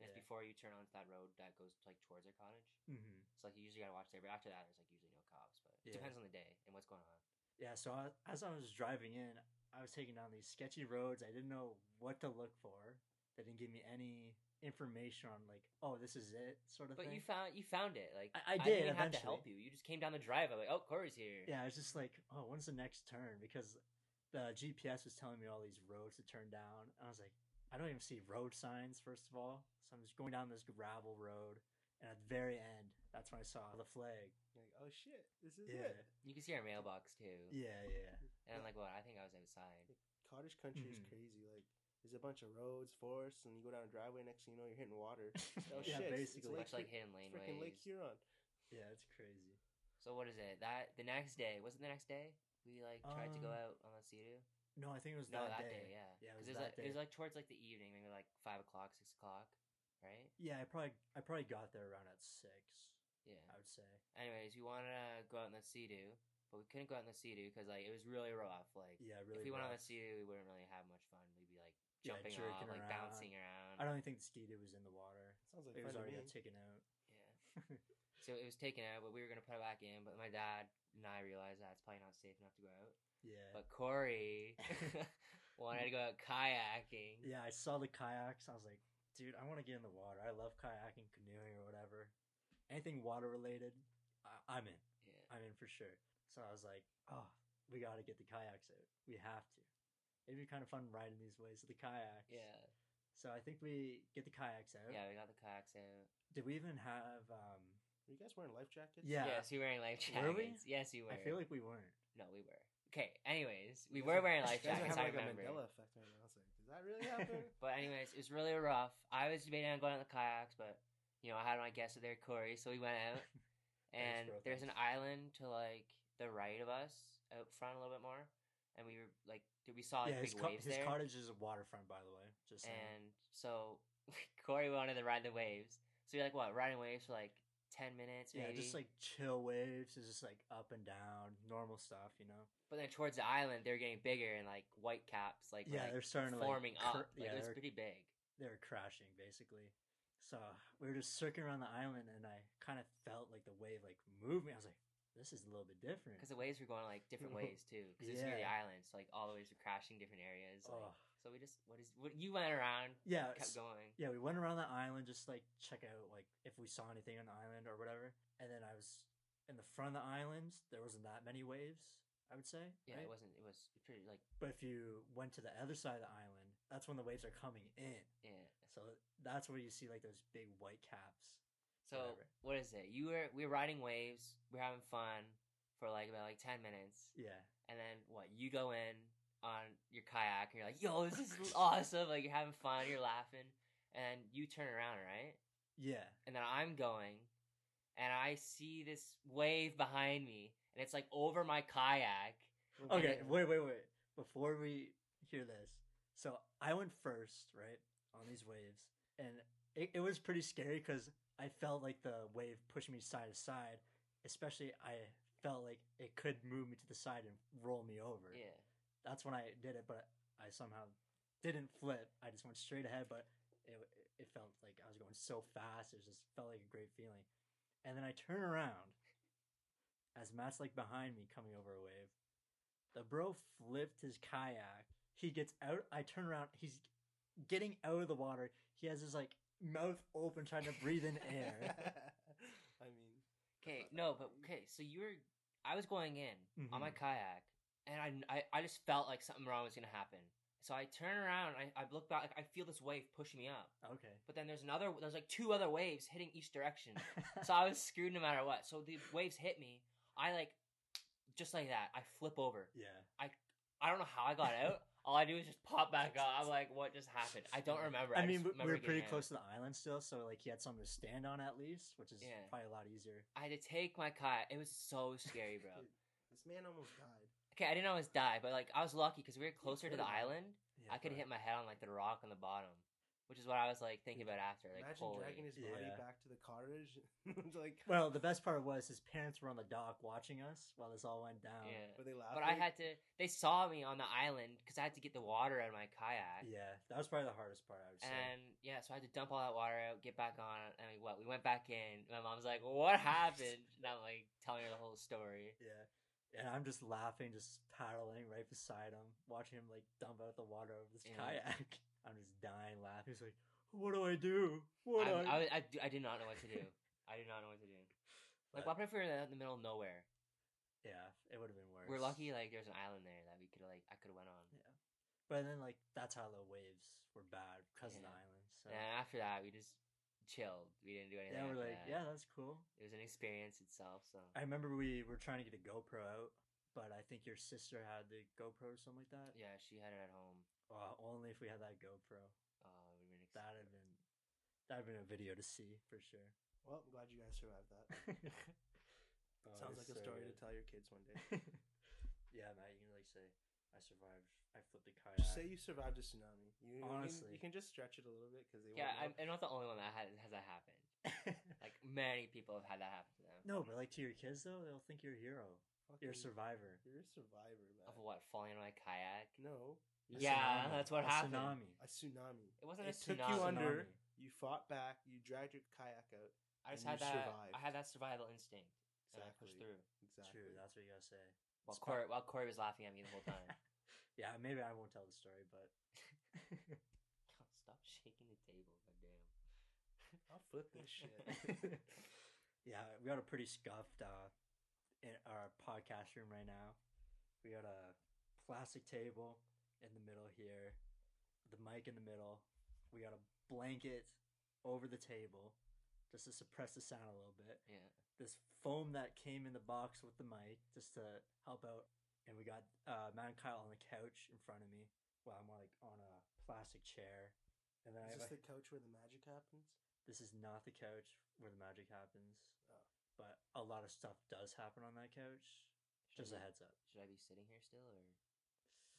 Speaker 2: And it's
Speaker 1: Yeah.
Speaker 2: before you turn onto that road that goes like towards their cottage.
Speaker 1: hmm
Speaker 2: So like you usually gotta watch there, but after that there's like usually no cops. But it
Speaker 1: Yeah.
Speaker 2: depends on the day and what's going on.
Speaker 1: Yeah, so I, as I was driving in, I was taking down these sketchy roads. I didn't know what to look for. They didn't give me any information on like, oh, this is it, sort of
Speaker 2: But
Speaker 1: thing.
Speaker 2: you found you found it. Like
Speaker 1: I- I did,
Speaker 2: didn't even have to help
Speaker 1: eventually.
Speaker 2: you. You just came down the drive. I'm like, oh, Corey's here.
Speaker 1: yeah, I was just
Speaker 2: Mm-hmm.
Speaker 1: like, oh, when's the next turn? Because the GPS was telling me all these roads to turn down. And I was like, I don't even see road signs first of all. So I'm just going down this gravel road, and at the very end, that's when I saw the flag.
Speaker 3: like, oh shit, this is
Speaker 1: Yeah,
Speaker 3: it.
Speaker 2: You can see our mailbox too.
Speaker 1: yeah, yeah.
Speaker 2: And I'm like, what? I think I was outside.
Speaker 3: Cottage country is
Speaker 1: Mhm.
Speaker 3: crazy. Like, there's a bunch of roads, forests, and you go down a driveway. Next thing you know, you're hitting
Speaker 1: [laughs]
Speaker 3: water. Oh
Speaker 1: Yeah,
Speaker 3: shit, it's- it's
Speaker 1: basically.
Speaker 3: Lake
Speaker 2: Much like
Speaker 3: Hu-
Speaker 2: hidden
Speaker 3: It's freaking Lake
Speaker 2: laneways.
Speaker 3: Huron.
Speaker 1: Yeah, it's crazy.
Speaker 2: So what is it? That the next day wasn't the next day we like tried to go
Speaker 1: Um,
Speaker 2: out on the Cedu.
Speaker 1: No, I think it was
Speaker 2: No,
Speaker 1: that,
Speaker 2: that
Speaker 1: day.
Speaker 2: day, yeah.
Speaker 1: Yeah, it was
Speaker 2: Because it, was
Speaker 1: that
Speaker 2: like, it was
Speaker 1: day.
Speaker 2: like towards like the evening, maybe like five o'clock, six o'clock, right?
Speaker 1: Yeah, I probably I probably got there around at six.
Speaker 2: Yeah.
Speaker 1: I would say.
Speaker 2: Anyways, we wanted to go out in the Sea-Doo, but we couldn't go out in the Sea-Doo because like it was really rough. Like
Speaker 1: Yeah, really.
Speaker 2: if we went on the
Speaker 1: rough.
Speaker 2: Sea-Doo, we wouldn't really have much fun. We'd be like
Speaker 1: Yeah,
Speaker 2: jumping
Speaker 1: jerking
Speaker 2: off, like
Speaker 1: around.
Speaker 2: bouncing around.
Speaker 1: I don't even think the ski doo was in the water.
Speaker 3: Sounds like
Speaker 1: It
Speaker 3: fun
Speaker 1: was
Speaker 3: to
Speaker 1: already
Speaker 3: me.
Speaker 1: got taken out.
Speaker 2: Yeah.
Speaker 1: [laughs]
Speaker 2: so it was taken out, but we were gonna put it back in. But my dad and I realized that it's probably not safe enough to go out.
Speaker 1: Yeah.
Speaker 2: But
Speaker 1: [laughs]
Speaker 2: Corey [laughs] wanted to go out kayaking.
Speaker 1: yeah, I saw the kayaks. I was like, dude, I want to get in the water. I love kayaking, canoeing, or whatever. Anything water related, I- I'm in.
Speaker 2: Yeah.
Speaker 1: I'm in for sure. So I was like, oh, we got to get the kayaks out. We have to. It'd be kind of fun riding these waves with the kayaks.
Speaker 2: Yeah.
Speaker 1: So I think we get the kayaks out.
Speaker 2: Yeah, we got the kayaks out.
Speaker 1: Did we even have? um
Speaker 3: Were you guys wearing life jackets?
Speaker 1: Yeah.
Speaker 2: Yes, you were wearing life jackets.
Speaker 1: Were we?
Speaker 2: Yes, you were.
Speaker 1: I feel like we
Speaker 2: [laughs]
Speaker 1: weren't.
Speaker 2: no, we were. Okay. Anyways, we
Speaker 3: You guys
Speaker 2: were
Speaker 1: [laughs]
Speaker 3: are-
Speaker 2: wearing life
Speaker 3: You guys are
Speaker 2: jackets. I
Speaker 3: having, like
Speaker 2: remember.
Speaker 3: a Mandela effect right now. I was like, does that really happen?
Speaker 2: But anyways, it was really rough. I was debating on going on the kayaks, but you know I had my guess that they're Corey, so we went out. and
Speaker 1: bro,
Speaker 2: there's an
Speaker 1: [laughs] thanks.
Speaker 2: island to like the right of us out front a little bit more, and we were like, did we saw like
Speaker 1: yeah, his,
Speaker 2: big
Speaker 1: co-
Speaker 2: waves
Speaker 1: his
Speaker 2: there?
Speaker 1: cottage is a waterfront, by the way. Just saying.
Speaker 2: And so [laughs] Corey wanted to ride the waves, so you're like, what riding waves for like ten minutes?
Speaker 1: yeah,
Speaker 2: Maybe?
Speaker 1: just like chill waves. It's just like up and down, normal stuff, you know.
Speaker 2: But then towards the island, they're getting bigger and like white caps, like were,
Speaker 1: yeah,
Speaker 2: like,
Speaker 1: they're starting to
Speaker 2: forming
Speaker 1: like, cur-
Speaker 2: up. Like,
Speaker 1: yeah,
Speaker 2: it was
Speaker 1: they're,
Speaker 2: pretty big.
Speaker 1: they're crashing basically. So we were just circling around the island, and I kind of felt like the wave like move me. I was like, "This is a little bit different."
Speaker 2: Because the waves were going like
Speaker 1: [laughs]
Speaker 2: different ways too, because it's near the
Speaker 1: Yeah.
Speaker 2: island, so like all the waves were crashing different areas. like-
Speaker 1: Ugh.
Speaker 2: so we just what is what you went around,
Speaker 1: yeah, s-
Speaker 2: kept going.
Speaker 1: yeah, we went around the island just like check out like if we saw anything on the island or whatever. And then I was in the front of the island. There wasn't that many waves, I would say.
Speaker 2: Yeah,
Speaker 1: right?
Speaker 2: it wasn't. It was pretty like
Speaker 1: But if you went to the other side of the island, that's when the waves are coming in.
Speaker 2: yeah.
Speaker 1: So that's where you see like those big white caps.
Speaker 2: So
Speaker 1: Whatever.
Speaker 2: what is it? You were we were riding waves, we were having fun for like about like ten minutes,
Speaker 1: Yeah.
Speaker 2: and then what? You go in on your kayak, and you're like, "Yo, this is awesome!" Like you're having fun, you're laughing, and you turn around, right?
Speaker 1: Yeah.
Speaker 2: and then I'm going, and I see this wave behind me, and it's like over my kayak.
Speaker 1: [laughs]
Speaker 2: And
Speaker 1: Okay,
Speaker 2: it-
Speaker 1: wait, wait, wait. Before we hear this, so I went first, right, on these waves, and it, it was pretty scary because I felt like the wave pushed me side to side. Especially, I felt like it could move me to the side and roll me over.
Speaker 2: yeah,
Speaker 1: That's when I did it, but I somehow didn't flip. I just went straight ahead, but it, it felt like I was going so fast. It just felt like a great feeling. And then I turn around as Matt's like behind me coming over a wave. The bro flipped his kayak. He gets out. I turn around. He's getting out of the water. He has his like mouth open trying to breathe in air.
Speaker 3: [laughs] I mean,
Speaker 2: okay, no, but okay, so you were, I was going in on my
Speaker 1: Mhm.
Speaker 2: kayak, and I, I, I just felt like something wrong was gonna happen. So I turn around, I, I look back, I feel this wave push me up,
Speaker 1: Okay.
Speaker 2: but then there's another, there's like two other waves hitting each direction. so I was screwed no matter what. So the waves hit me, I like, just like that, I flip over.
Speaker 1: yeah. [laughs]
Speaker 2: I don't know how I got out. All I do is just pop back up. I'm like, what just happened? I don't remember.
Speaker 1: I
Speaker 2: just
Speaker 1: mean, we- we
Speaker 2: remember
Speaker 1: were pretty
Speaker 2: getting hammered.
Speaker 1: close to the island still, so like he had something to stand on at least, which is
Speaker 2: Yeah.
Speaker 1: probably a lot easier.
Speaker 2: I had to take my kayak. It was so scary, bro.
Speaker 3: Dude, this man almost died.
Speaker 2: Okay, I didn't always die, but like I was lucky because we were closer to the
Speaker 3: could've.
Speaker 2: island.
Speaker 1: Yeah,
Speaker 2: I could hit my head on like the rock on the bottom, which is what I was like thinking about after. Like,
Speaker 3: Imagine
Speaker 2: holy.
Speaker 3: dragging his body
Speaker 1: Yeah.
Speaker 3: back to the cottage. [laughs] It's like,
Speaker 1: Well, the best part was his parents were on the dock watching us while this all went down.
Speaker 2: yeah.
Speaker 3: were they laughing?
Speaker 2: But I had to. They saw me on the island because I had to get the water out of my kayak.
Speaker 1: Yeah, that was probably the hardest part. I would say.
Speaker 2: And yeah, so I had to dump all that water out, get back on, and we, what we went back in. My mom's like, "What happened?" And I'm like telling her the whole story.
Speaker 1: yeah, and I'm just laughing, just paddling right beside him, watching him like dump out the water over this
Speaker 2: Yeah.
Speaker 1: kayak. [laughs] I'm just dying laughing. He's like, "What do I do? What do
Speaker 2: I, I,
Speaker 1: I?"
Speaker 2: was- I, do- I did not know what to do. I did not know what to do.
Speaker 1: But-
Speaker 2: Like, what if we were in the- in the middle of nowhere?
Speaker 1: yeah, it would have been worse.
Speaker 2: We're lucky, like there's an island there that we could like I could have went on.
Speaker 1: Yeah, but then like that's how the waves were bad because of the
Speaker 2: Yeah.
Speaker 1: island. So
Speaker 2: And after that, we just chilled. We didn't do anything.
Speaker 1: yeah, we're
Speaker 2: after
Speaker 1: like,
Speaker 2: that.
Speaker 1: yeah, that's cool.
Speaker 2: It was an experience itself. So
Speaker 1: I remember we were trying to get a GoPro out, but I think your sister had the GoPro or something like that.
Speaker 2: yeah, she had it at home.
Speaker 1: Uh, only if we had that GoPro,
Speaker 2: Oh, we were
Speaker 1: that'd have been that'd have been a video to see for sure.
Speaker 3: Well, I'm glad you guys survived
Speaker 1: [laughs]
Speaker 3: that.
Speaker 1: Oh,
Speaker 3: Sounds
Speaker 1: it's
Speaker 3: like a
Speaker 1: so
Speaker 3: story to
Speaker 1: good.
Speaker 3: tell your kids one day.
Speaker 1: [laughs] yeah, Matt, you can like say, "I survived. I flipped a kayak."
Speaker 3: Just say
Speaker 1: [laughs]
Speaker 3: you survived a tsunami. You, you can-
Speaker 1: Honestly.
Speaker 3: you can just stretch it a little bit because they.
Speaker 2: yeah, I'm,
Speaker 3: won't know.
Speaker 2: I'm not the only one that had, has that happen. Like many people have had that happen to them.
Speaker 1: no, but like to your kids though, they'll think you're a hero. You're a
Speaker 3: Fucking-
Speaker 1: survivor.
Speaker 3: You're a survivor, man.
Speaker 2: Of what falling in my kayak?
Speaker 3: No, A
Speaker 2: yeah,
Speaker 1: tsunami.
Speaker 2: that's what
Speaker 1: A
Speaker 2: happened.
Speaker 1: Tsunami.
Speaker 3: a tsunami.
Speaker 2: It wasn't a
Speaker 3: It took you
Speaker 2: tsunami.
Speaker 3: under- You fought back. You dragged your kayak out.
Speaker 2: I just had
Speaker 3: and you
Speaker 2: that.
Speaker 3: survived.
Speaker 2: I had that survival instinct, and I pushed
Speaker 3: Exactly.
Speaker 2: through.
Speaker 3: Exactly.
Speaker 1: True, that's what you gotta say.
Speaker 2: While
Speaker 1: It's
Speaker 2: Corey, while Corey was laughing at me the whole time.
Speaker 1: [laughs]
Speaker 2: [laughs]
Speaker 1: yeah, maybe I won't tell the story, but
Speaker 2: God, stop shaking the table, goddamn.
Speaker 3: I'll flip
Speaker 2: [laughs]
Speaker 3: [laughs] this shit.
Speaker 1: yeah, we got a pretty scuffed uh, in our podcast room right now. We got a plastic table in the middle here, the mic in the middle. We got a blanket over the table just to suppress the sound a little bit.
Speaker 2: Yeah.
Speaker 1: This foam that came in the box with the mic just to help out. And we got uh, Matt and Kyle on the couch in front of me. Well, I'm like on a plastic chair. And then I
Speaker 3: Is
Speaker 1: have
Speaker 3: this
Speaker 1: a-
Speaker 3: the couch where the magic happens?
Speaker 1: this is not the couch where the magic happens,
Speaker 3: Oh.
Speaker 1: but a lot of stuff does happen on that couch. Just
Speaker 2: Should
Speaker 1: a
Speaker 2: I be-
Speaker 1: heads up.
Speaker 2: Should I be sitting here still, or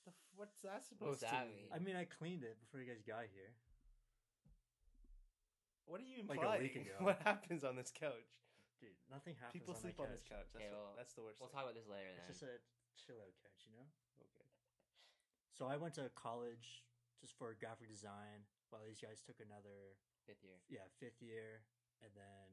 Speaker 3: The f- what's that supposed
Speaker 2: that
Speaker 3: to mean?
Speaker 2: mean?
Speaker 1: I mean, I cleaned it before you guys got here.
Speaker 3: What are you
Speaker 1: Like
Speaker 3: implying? [laughs]
Speaker 1: a week ago.
Speaker 3: What happens on this couch?
Speaker 1: Dude, nothing happens.
Speaker 3: People
Speaker 1: on
Speaker 3: sleep
Speaker 1: that
Speaker 3: on this couch. That's,
Speaker 2: Okay, well,
Speaker 3: what- that's the worst.
Speaker 2: we'll
Speaker 3: thing.
Speaker 2: talk about this later? Then.
Speaker 1: It's just a chill out couch, you know?
Speaker 3: Okay.
Speaker 1: So I went to college just for graphic design while these guys took another,
Speaker 2: Fifth year.
Speaker 1: yeah, fifth year. And then,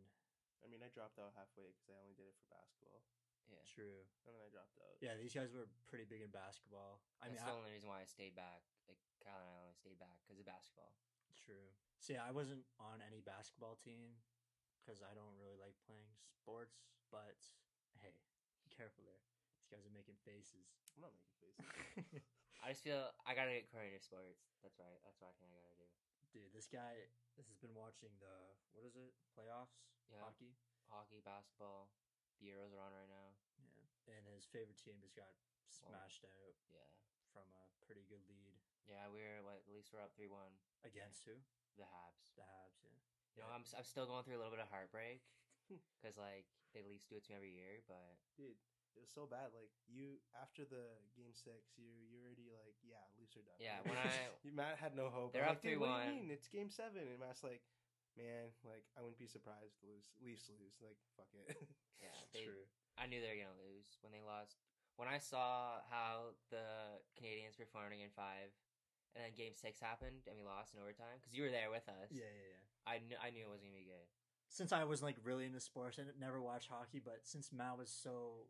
Speaker 3: I mean, I dropped out halfway because I only did it for basketball,
Speaker 2: Yeah.
Speaker 1: true.
Speaker 3: and then I dropped out.
Speaker 1: Yeah, these guys were pretty big in basketball. I mean,
Speaker 2: That's
Speaker 1: I-
Speaker 2: the only reason why I stayed back. Like Kyle and I only stayed back because of basketball.
Speaker 1: True. So yeah, I wasn't on any basketball team because I don't really like playing sports. But hey, be careful there. These guys are making faces. [laughs]
Speaker 3: [laughs] I'm not making faces.
Speaker 2: I just feel I gotta get Corey into sports. That's right. That's what I think I gotta do.
Speaker 1: Dude, this guy this has been watching the what is it playoffs
Speaker 2: Yeah.
Speaker 1: hockey,
Speaker 2: Hockey, basketball. The Euros are on right now.
Speaker 1: and his favorite team just got smashed out
Speaker 2: Yeah.
Speaker 1: from a pretty good lead
Speaker 2: Yeah, we're what? At least we're up three one.
Speaker 1: against who
Speaker 2: The Habs.
Speaker 1: the Habs. Yeah.
Speaker 2: You know, I'm s- I'm still going through a little bit of
Speaker 1: [laughs]
Speaker 2: heartbreak because like they at least do it to me every year, but
Speaker 3: Dude, it was so bad. Like you, after the game six, you you already like, yeah, Leafs are done. [laughs]
Speaker 2: Yeah,
Speaker 3: Like,
Speaker 2: when I-
Speaker 3: you- Matt had no hope.
Speaker 2: They're
Speaker 3: I'm
Speaker 2: up
Speaker 3: like, "Dude, What
Speaker 2: 3-1.
Speaker 3: do you mean? It's game seven, and Matt's like, man, like I wouldn't be surprised if the Leafs, Leafs lose. Like fuck it. [laughs]
Speaker 2: Yeah, they-
Speaker 1: True.
Speaker 2: I knew they were gonna lose when they lost. When I saw how the Canadians performed in five, and then game six happened and we lost in overtime because you were there with us.
Speaker 1: Yeah, yeah, yeah.
Speaker 2: I knew I knew it wasn't gonna be good.
Speaker 1: Since I was like really into sports, I never watched hockey, but since Matt was so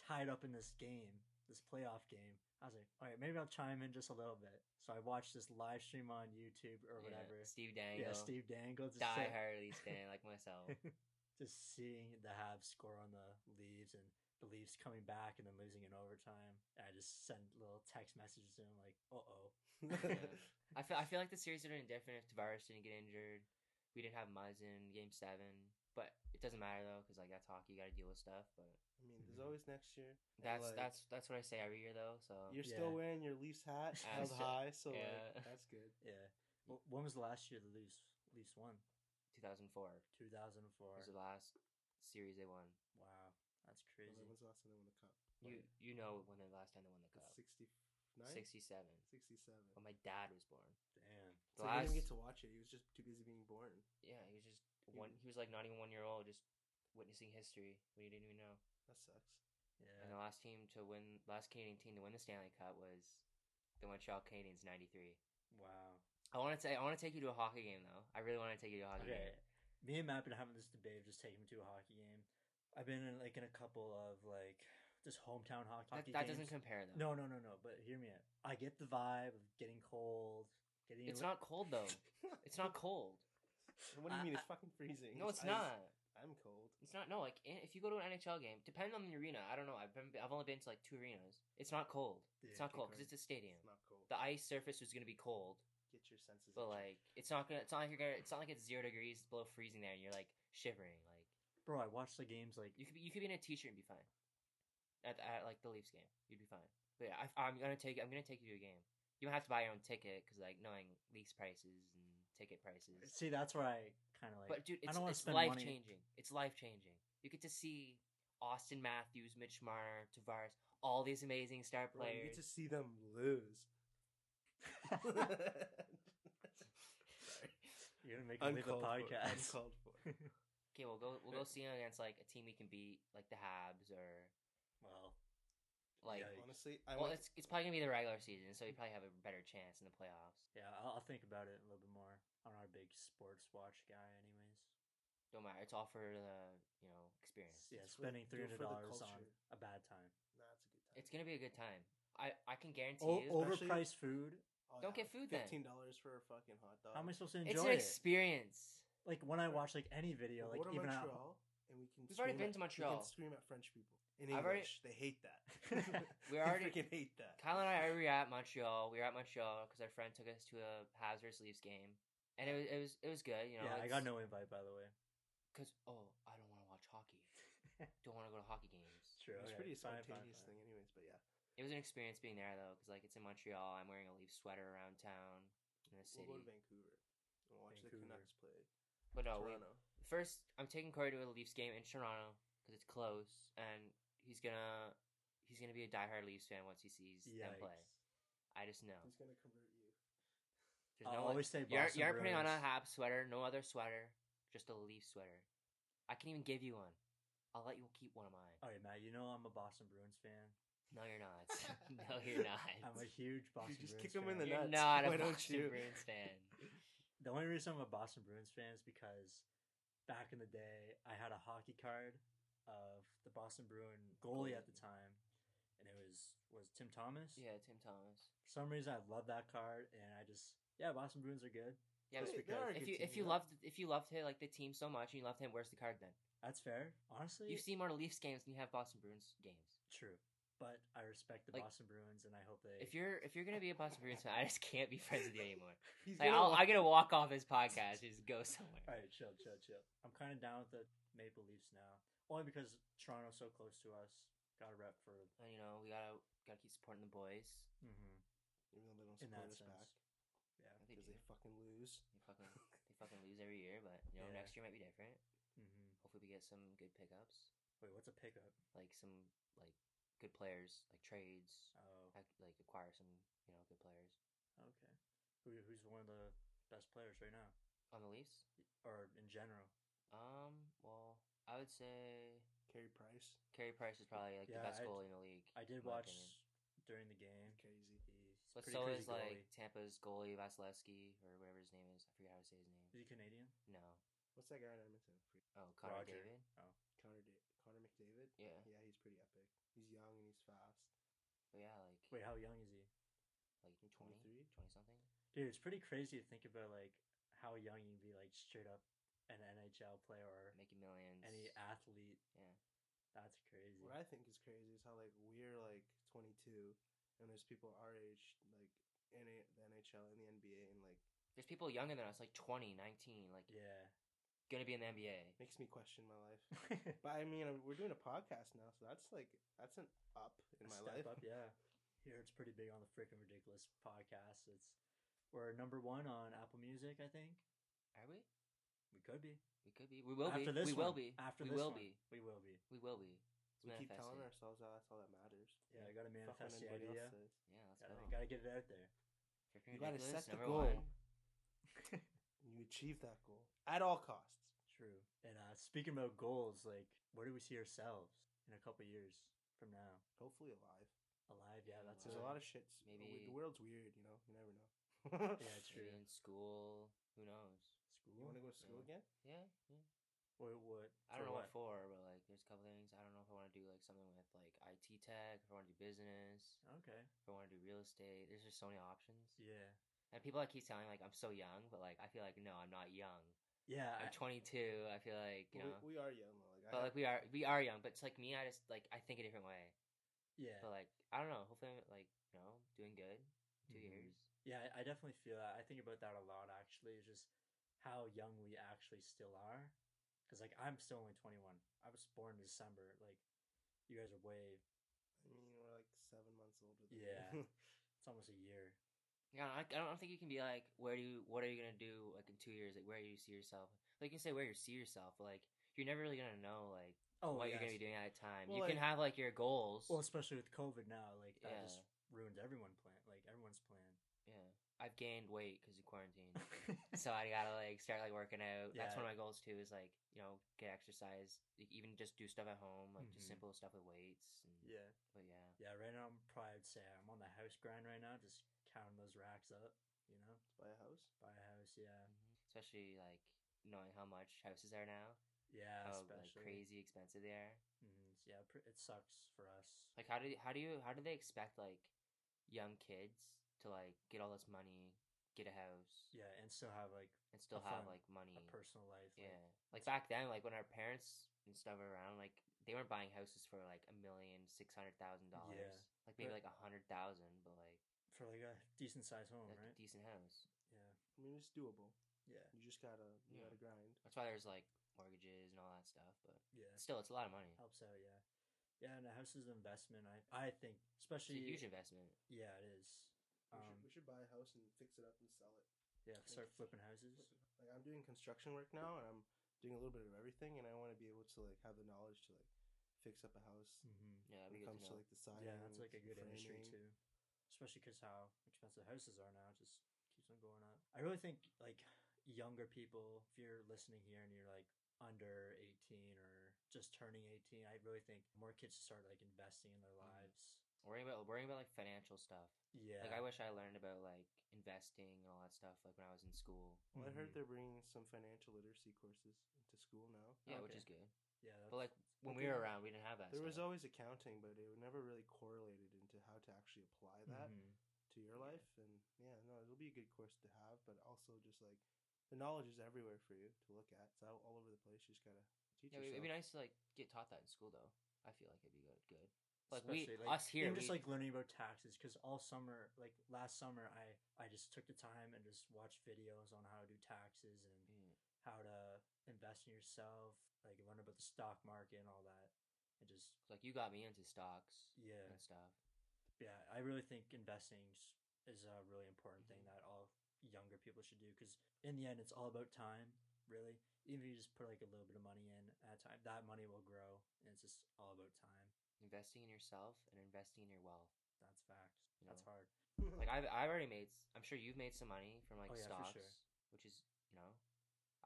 Speaker 1: tied up in this game, this playoff game, I was like, all right, maybe I'll chime in just a little bit. So I watched this live stream on YouTube or
Speaker 2: Yeah,
Speaker 1: whatever.
Speaker 2: Steve
Speaker 1: Yeah,
Speaker 2: Dangle,
Speaker 1: Steve Dangle just
Speaker 2: die
Speaker 1: sit-
Speaker 2: hard Leafs fan like myself.
Speaker 1: [laughs] just seeing the Habs score on the Leaves and the Leaves coming back and then losing in overtime. And I just send little text messages to him like, uh oh.
Speaker 2: I feel I feel like the series would have been different if Tavares didn't get injured. We didn't have Muzzin game seven, but It doesn't matter though, because like that's hockey. You got to deal with stuff. But
Speaker 3: I mean, there's
Speaker 1: Mhm.
Speaker 3: always next year. and,
Speaker 2: Mm-hmm. that's
Speaker 3: like,
Speaker 2: that's uh, that's what I say every year though. So
Speaker 3: You're still
Speaker 1: Yeah.
Speaker 3: wearing your Leafs
Speaker 2: [laughs]
Speaker 3: hat
Speaker 1: Yeah,
Speaker 3: held
Speaker 1: so-
Speaker 3: high, so
Speaker 2: yeah.
Speaker 3: like, [laughs] that's
Speaker 2: [laughs]
Speaker 3: good.
Speaker 1: Yeah. Well,
Speaker 2: Mm.
Speaker 1: when was the last year the Leafs Leafs won?
Speaker 2: 2004
Speaker 1: Two thousand and four.
Speaker 2: was the last series they won.
Speaker 1: Wow, that's
Speaker 3: Well,
Speaker 1: crazy.
Speaker 3: like, when's the last time they won the cup?
Speaker 2: You
Speaker 3: Like,
Speaker 2: you know when the last time they won the
Speaker 3: the
Speaker 2: cup?
Speaker 3: 69?
Speaker 2: 67
Speaker 3: 67.
Speaker 2: when my dad was born.
Speaker 1: Damn.
Speaker 2: The
Speaker 3: So he didn't
Speaker 2: last-
Speaker 3: even get to watch it. He was just too busy being born.
Speaker 2: Yeah, he was just one. He was like not even one year old, just witnessing history when he didn't even know.
Speaker 3: That sucks.
Speaker 2: And
Speaker 1: Yeah.
Speaker 2: the last team to win, last Canadian team to win the Stanley Cup was the Montreal Canadiens '93.
Speaker 1: Wow.
Speaker 2: I want to say I want to take you to a hockey game though. I really want to take you to a hockey
Speaker 1: Okay.
Speaker 2: game.
Speaker 1: Me and Matt been having this debate of just taking him to a hockey game. I've been in, like in a couple of like just hometown hockey.
Speaker 2: That,
Speaker 1: hockey
Speaker 2: that
Speaker 1: games.
Speaker 2: doesn't compare though.
Speaker 1: No, no, no, no. But hear me out. I get the vibe of getting cold. Getting
Speaker 2: it's not cold though. It's not cold.
Speaker 3: what do you
Speaker 1: I-
Speaker 3: mean? It's
Speaker 1: I-
Speaker 3: fucking freezing.
Speaker 2: No, it's
Speaker 3: ice.
Speaker 2: not.
Speaker 3: I'm cold.
Speaker 2: It's not. No, like in- if you go to an NHL game, depending on the arena, I don't know. I've been. I've only been to like two arenas. It's not cold. it's
Speaker 1: Yeah,
Speaker 2: not
Speaker 1: okay,
Speaker 2: cold because
Speaker 1: correct.
Speaker 2: it's a stadium.
Speaker 3: It's not cold.
Speaker 2: The ice surface is gonna be cold,
Speaker 3: Get your senses.
Speaker 2: but
Speaker 3: in check.
Speaker 2: like it's not gonna. It's not like you're gonna. It's not like it's zero degrees below freezing there, and you're like shivering. Like
Speaker 1: Bro, I watched the games like
Speaker 2: you could be. You could be in a t-shirt and be fine. At, at like the Leafs game, you'd be fine. But yeah, I, I'm gonna take. I'm gonna take you to a game. You don't have to buy your own ticket because like knowing Leafs prices and ticket prices.
Speaker 1: see that's where I kind of like.
Speaker 2: But dude,
Speaker 1: I
Speaker 2: it's,
Speaker 1: don't wanna
Speaker 2: it's
Speaker 1: spend
Speaker 2: life
Speaker 1: money.
Speaker 2: changing. It's life changing. You get to see Austin Matthews, Mitch Marner, Tavares, all these amazing star
Speaker 3: Bro, you
Speaker 2: players.
Speaker 3: get to see them
Speaker 2: [laughs]
Speaker 3: lose. [laughs] Sorry.
Speaker 1: [laughs] You're gonna make me leave the podcast.
Speaker 3: For, uncalled for.
Speaker 2: Okay, we'll go. We'll go see him against like a team we can beat, like the Habs or
Speaker 1: [laughs] Well,
Speaker 2: like.
Speaker 1: Yikes.
Speaker 3: Honestly, I
Speaker 2: Well,
Speaker 3: went-
Speaker 2: it's it's probably gonna be the regular season, so you
Speaker 1: Mm.
Speaker 2: probably have a better chance in the playoffs.
Speaker 1: yeah, I'll, I'll think about it a little bit more. I'm not a big sports watch guy, anyways.
Speaker 2: Don't matter. It's all for the you know experience.
Speaker 1: Yeah,
Speaker 3: It's for-
Speaker 1: spending
Speaker 3: do
Speaker 1: three
Speaker 3: it for
Speaker 1: hundred
Speaker 3: the
Speaker 1: dollars on
Speaker 3: culture.
Speaker 1: a bad time.
Speaker 3: Nah, it's a good time.
Speaker 2: It's gonna be a good time. I I can guarantee
Speaker 1: O-
Speaker 2: you.
Speaker 3: especially-
Speaker 1: overpriced food.
Speaker 3: Oh,
Speaker 2: don't
Speaker 3: yeah,
Speaker 2: get food then.
Speaker 3: Fifteen dollars for a fucking hot dog.
Speaker 1: How am I supposed to
Speaker 2: it's
Speaker 1: enjoy
Speaker 2: an
Speaker 1: it?
Speaker 2: experience.
Speaker 1: Like when I watch like any video,
Speaker 3: We'll
Speaker 1: like
Speaker 3: go to
Speaker 1: even [laughs] at
Speaker 3: Montreal, and we can.
Speaker 2: We've already been
Speaker 3: scream
Speaker 2: to
Speaker 3: at- We
Speaker 2: Montreal.
Speaker 3: can scream at French people in
Speaker 2: I've
Speaker 3: English.
Speaker 2: already-
Speaker 3: They hate
Speaker 2: [laughs]
Speaker 3: that.
Speaker 2: We're already-
Speaker 3: they freaking hate that.
Speaker 2: Kyle and I were at Montreal. We were at Montreal because our friend took us to a Habs versus Leafs game, and it was it was it was good. You
Speaker 1: [laughs]
Speaker 2: know,
Speaker 1: yeah, I got no invite by the way.
Speaker 2: because oh, I don't want to watch hockey. don't want to go to hockey games.
Speaker 1: It's true.
Speaker 3: It's
Speaker 1: okay,
Speaker 3: pretty a
Speaker 1: fine, fine,
Speaker 3: spontaneous
Speaker 1: fine.
Speaker 3: thing, anyways. But yeah,
Speaker 2: It was an experience being there though, because like it's in Montreal. I'm wearing a Leaf sweater around town in the city. Oh,
Speaker 3: we'll go to Vancouver and watch
Speaker 1: Vancouver.
Speaker 3: the Canucks play.
Speaker 2: but no, we,
Speaker 3: Toronto.
Speaker 2: first I'm taking Corey to a Leafs game in Toronto because it's close, and he's gonna he's gonna be a diehard Leafs fan once he sees them play.
Speaker 1: Yikes.
Speaker 2: I just know.
Speaker 3: He's gonna convert you.
Speaker 2: There's
Speaker 1: I'll
Speaker 2: no
Speaker 1: always say
Speaker 2: You aren't,
Speaker 1: Boston
Speaker 2: you aren't putting on a
Speaker 1: Bruins.
Speaker 2: Hab sweater, no other sweater, just a leaf sweater. I can even give you one. I'll let you keep one of mine.
Speaker 3: Oh,
Speaker 1: All right, Matt. You know I'm a Boston Bruins fan.
Speaker 2: No, you're
Speaker 3: [laughs]
Speaker 2: not. [laughs] no, you're not.
Speaker 1: I'm a huge Boston
Speaker 3: just
Speaker 1: Bruins
Speaker 3: kick
Speaker 1: fan.
Speaker 3: 'em in
Speaker 2: [laughs]
Speaker 3: the
Speaker 2: you're
Speaker 3: nuts.
Speaker 2: not a
Speaker 3: Why don't
Speaker 2: Boston
Speaker 3: you?
Speaker 2: Bruins
Speaker 3: [laughs]
Speaker 2: fan.
Speaker 1: The only reason I'm a Boston Bruins fan is because back in the day, I had a hockey card of the Boston Bruin goalie at the
Speaker 2: Goalie.
Speaker 1: time, and it was was Tim Thomas.
Speaker 2: Yeah, Tim Thomas.
Speaker 1: For some reason, I love that card, and I just yeah, Boston Bruins are good.
Speaker 2: Yeah, but
Speaker 3: Hey,
Speaker 1: Just
Speaker 3: they
Speaker 1: because-
Speaker 3: are a
Speaker 2: if
Speaker 3: good
Speaker 2: you
Speaker 3: team,
Speaker 2: if you
Speaker 3: know?
Speaker 2: loved if you loved him like the team so much and you loved him, where's the card then?
Speaker 1: That's fair, honestly.
Speaker 2: You've seen more Leafs games than you have Boston Bruins games.
Speaker 1: true, but I respect the
Speaker 2: Like-
Speaker 1: Boston Bruins, and I hope they.
Speaker 2: If you're if you're gonna be a Boston Bruins fan, I just can't be friends with you anymore.
Speaker 3: [laughs] He's
Speaker 2: Like
Speaker 3: gonna
Speaker 2: I'll,
Speaker 3: walk-
Speaker 2: I'm gonna walk off his podcast, and just go
Speaker 3: [laughs]
Speaker 2: somewhere.
Speaker 1: all right, chill, chill, chill. I'm kind of down with the Maple Leafs now, only because Toronto's so close to us. Got a rep for
Speaker 2: And you know we gotta gotta keep supporting the boys.
Speaker 1: mm-hmm,
Speaker 3: even though they don't
Speaker 1: in that
Speaker 3: support us
Speaker 1: sense.
Speaker 3: back
Speaker 1: Yeah.
Speaker 2: They
Speaker 3: because
Speaker 2: do.
Speaker 3: they fucking
Speaker 1: [laughs]
Speaker 3: lose.
Speaker 2: They fucking they fucking lose every year, but you know
Speaker 1: Yeah.
Speaker 2: next year might be different.
Speaker 1: Mm-hmm.
Speaker 2: Hopefully we get some good pickups,
Speaker 1: Wait, what's a pickup?
Speaker 2: like some like good players, like trades,
Speaker 1: Oh,
Speaker 2: like, like acquire some you know good players
Speaker 1: Okay. Who, who's one of the best players right now,
Speaker 2: on the Leafs.
Speaker 1: or in general?
Speaker 2: Um, well, I would say
Speaker 3: [laughs] Carey Price,
Speaker 2: Carey Price is probably like
Speaker 1: Yeah,
Speaker 2: the best
Speaker 1: I'd-
Speaker 2: goalie in the league.
Speaker 1: I
Speaker 2: in
Speaker 1: did
Speaker 2: my
Speaker 1: watch
Speaker 2: opinion.
Speaker 1: during the game.
Speaker 3: crazy.
Speaker 1: He's
Speaker 2: But
Speaker 1: pretty
Speaker 2: so
Speaker 1: crazy
Speaker 2: is like
Speaker 1: goalie.
Speaker 2: Tampa's goalie Vasilevsky or whatever his name is. I forget how to say his name.
Speaker 1: Is he Canadian?
Speaker 2: No.
Speaker 3: What's that guy in Edmonton? Freak.
Speaker 2: Oh, Connor
Speaker 1: Roger.
Speaker 2: David.
Speaker 1: Oh,
Speaker 3: Connor, da- Connor McDavid.
Speaker 2: Yeah.
Speaker 3: Yeah, he's pretty epic. He's young and he's fast.
Speaker 2: But yeah, like
Speaker 1: wait, how young is he?
Speaker 2: like 20,
Speaker 3: 23?
Speaker 2: 20 something.
Speaker 1: Dude, it's pretty crazy to think about like how young you can be, like straight up an NHL player or
Speaker 2: Making millions.
Speaker 1: any athlete.
Speaker 2: Yeah.
Speaker 1: That's crazy.
Speaker 3: What I think is crazy is how like we're like 22, and there's people our age like in a- the NHL and the NBA, and like
Speaker 2: [laughs] There's people younger than us, like 20, 19, like
Speaker 1: Yeah,
Speaker 2: gonna be in the NBA.
Speaker 3: Makes me question my
Speaker 1: [laughs]
Speaker 3: life. But I mean, I'm- we're doing a podcast now, so that's like that's an up in
Speaker 1: A
Speaker 3: my
Speaker 1: step
Speaker 3: life.
Speaker 1: up, yeah. Here it's pretty big on the freaking ridiculous podcast. It's we're number one on Apple Music, I think.
Speaker 2: Are we?
Speaker 1: We could be.
Speaker 2: We could be. We will
Speaker 1: After
Speaker 2: be.
Speaker 1: this
Speaker 2: we will
Speaker 1: one.
Speaker 2: be.
Speaker 1: After
Speaker 2: we
Speaker 1: this
Speaker 2: will
Speaker 1: one.
Speaker 2: be.
Speaker 1: We will be.
Speaker 2: We will be. It's
Speaker 3: We keep
Speaker 2: manifesting.
Speaker 3: telling ourselves that that's all that matters.
Speaker 1: Yeah, I gotta
Speaker 3: Fuck what
Speaker 1: manifest the
Speaker 3: anybody
Speaker 1: idea.
Speaker 3: else says.
Speaker 2: Yeah, let's
Speaker 1: Gotta,
Speaker 2: go.
Speaker 1: gotta get it out there.
Speaker 2: Freaking
Speaker 3: You gotta
Speaker 2: ridiculous,
Speaker 3: set the
Speaker 2: number
Speaker 3: goal.
Speaker 2: one.
Speaker 3: and [laughs] You achieve that goal at all costs.
Speaker 1: True. And uh, speaking about goals, like where do we see ourselves in a couple years from now?
Speaker 3: Hopefully alive.
Speaker 1: Alive? Yeah, that's
Speaker 3: There's a lot of shits. Maybe
Speaker 2: Maybe-
Speaker 3: the world's weird. You know, you never know. [laughs]
Speaker 1: Yeah, it's
Speaker 2: Maybe
Speaker 1: true.
Speaker 2: in school. Who knows?
Speaker 1: School.
Speaker 3: You want to go to school again?
Speaker 2: Yeah. yeah.
Speaker 1: Wait, what?
Speaker 2: I don't know what for, but like, there's a couple things. I don't know if I want to do like something with like IT tech. If I want to do business.
Speaker 1: Okay.
Speaker 2: If I want to do real estate. There's just so many options.
Speaker 1: Yeah.
Speaker 2: And people like keep telling me like I'm so young, but like I feel like no, I'm not young.
Speaker 1: Yeah.
Speaker 2: I'm
Speaker 1: I-
Speaker 2: 22. I feel like you
Speaker 3: Well,
Speaker 2: know.
Speaker 3: we, we are young though. Like, I
Speaker 2: but like
Speaker 3: have-
Speaker 2: we are we are young, but it's like me, I just like I think a different way.
Speaker 1: yeah.
Speaker 2: But like I don't know. Hopefully, I'm like you know, doing good. 2
Speaker 1: Mhm.
Speaker 2: years.
Speaker 1: Yeah, I- I definitely feel that. I think about that a lot actually, is just how young we actually still are. Because, like, I'm still only 21. I was born in December. Like, you guys are way,
Speaker 3: I mean, we're like seven months older. Than [laughs]
Speaker 1: Yeah.
Speaker 3: you.
Speaker 1: it's almost a year.
Speaker 2: Yeah, I, I don't think you can be like, where do you, what are you gonna do like in two years? Like, where do you see yourself? Like, you can say where you see yourself, but like you're never really gonna know like
Speaker 1: Oh,
Speaker 2: what
Speaker 1: yes.
Speaker 2: you're gonna be doing at a time.
Speaker 3: Well,
Speaker 2: you can
Speaker 3: like-
Speaker 2: have like your goals.
Speaker 1: Well, especially with COVID now, like, that
Speaker 2: Yeah.
Speaker 1: just ruined everyone's plan. Like, everyone's plan. [laughs]
Speaker 2: yeah, I've gained weight because of quarantine, [laughs] so I gotta like start like working out. That's
Speaker 1: Yeah.
Speaker 2: one of my goals too. Is like you know get exercise, like, even just do stuff at home, like
Speaker 1: Mhm.
Speaker 2: just simple stuff with weights. And,
Speaker 1: yeah.
Speaker 2: But yeah,
Speaker 1: Yeah, right now, I'm probably, I'd say I'm on the house grind right now, just counting those racks up, you know?
Speaker 3: Buy a house.
Speaker 1: Buy a house, yeah.
Speaker 2: especially like knowing how much houses are now,
Speaker 1: Yeah,
Speaker 2: how Oh, like
Speaker 1: especially.
Speaker 2: crazy expensive they are.
Speaker 1: hmm Yeah, pr- it sucks for us.
Speaker 2: Like how do how do you how do they expect like young kids to like get all this money, get a house,
Speaker 1: Yeah, and still have, like,
Speaker 2: and still
Speaker 1: a
Speaker 2: have
Speaker 1: fun-
Speaker 2: like money?
Speaker 1: a personal life. like,
Speaker 2: yeah, like back then, like when our parents and stuff were around, like they weren't buying houses for like a million six hundred thousand dollars,
Speaker 1: Yeah,
Speaker 2: like maybe
Speaker 1: but-
Speaker 2: like a hundred thousand, but like
Speaker 1: for like a decent sized home,
Speaker 2: like
Speaker 1: Oh, right?
Speaker 2: a decent house.
Speaker 1: yeah,
Speaker 3: I mean, it's doable.
Speaker 1: yeah,
Speaker 3: You just gotta you
Speaker 2: Yeah.
Speaker 3: gotta grind.
Speaker 2: That's why there's like mortgages and all that stuff, but
Speaker 1: yeah.
Speaker 2: still, it's a lot of money.
Speaker 1: Helps out, yeah, yeah. And a house is an investment. I I think,
Speaker 2: It's a
Speaker 1: especially
Speaker 2: huge investment.
Speaker 1: yeah, it is.
Speaker 3: We,
Speaker 1: Um,
Speaker 3: should, we should buy a house and fix it up and sell it.
Speaker 1: yeah, start flipping houses.
Speaker 3: Like I'm doing construction work now, and I'm doing a little bit of everything, and I want to be able to like have the knowledge to like fix up a house
Speaker 1: hmm
Speaker 2: Yeah,
Speaker 3: when
Speaker 2: that'd be
Speaker 3: it
Speaker 2: good to
Speaker 3: comes to
Speaker 2: know.
Speaker 3: like the siding.
Speaker 1: Yeah, that's like a
Speaker 3: the
Speaker 1: good industry
Speaker 3: framing.
Speaker 1: too, especially because how expensive houses are now it just keeps on going up. I really think like younger people, if you're listening here and you're like under 18 or just turning 18, I really think more kids should start like investing in their lives.
Speaker 2: worrying about worrying about like financial stuff.
Speaker 1: Yeah,
Speaker 2: Mm-hmm. Like I wish I learned about like investing and all that stuff like when I was in school.
Speaker 3: Well, I heard
Speaker 1: Mhm.
Speaker 3: they're bringing some financial literacy courses to school now.
Speaker 2: Yeah,
Speaker 1: Oh,
Speaker 2: which
Speaker 1: okay.
Speaker 2: is good.
Speaker 1: yeah, that's,
Speaker 2: But like when
Speaker 3: But
Speaker 2: we were
Speaker 3: there-
Speaker 2: around, we didn't have that.
Speaker 3: There was
Speaker 2: stuff.
Speaker 3: always accounting, but it never really correlated into how to actually apply that
Speaker 1: Mhm.
Speaker 3: to your life. And yeah, no, it'll be a good course to have, but also just like the knowledge is everywhere for you to look at. It's all, all over the place. You just gotta teach
Speaker 2: Yeah, it'd be- it'd
Speaker 3: yourself.
Speaker 2: be nice to like get taught that in school though. I feel like it'd be good. Good. Like
Speaker 1: Especially,
Speaker 2: we us here,
Speaker 1: even just
Speaker 2: we-
Speaker 1: like learning about taxes because all summer like last summer i i just took the time and just watched videos on how to do taxes and
Speaker 2: Yeah.
Speaker 1: how to invest in yourself like learn about the stock market and all that and just
Speaker 2: like you got me into stocks
Speaker 1: yeah
Speaker 2: and stuff.
Speaker 1: yeah i really think investing s- is a really important thing that all younger people should do because in the end it's all about time really even if you just put like a little bit of money in at a time that money will grow and it's just all about time
Speaker 2: Investing in yourself and investing in your wealth.
Speaker 1: that's facts
Speaker 2: You
Speaker 1: that's
Speaker 2: know.
Speaker 1: hard
Speaker 2: Like
Speaker 3: [laughs]
Speaker 2: I've I've already made. s- I'm sure you've made some money from like
Speaker 1: Oh, yeah, for
Speaker 2: stocks,
Speaker 1: sure.
Speaker 2: which is you know,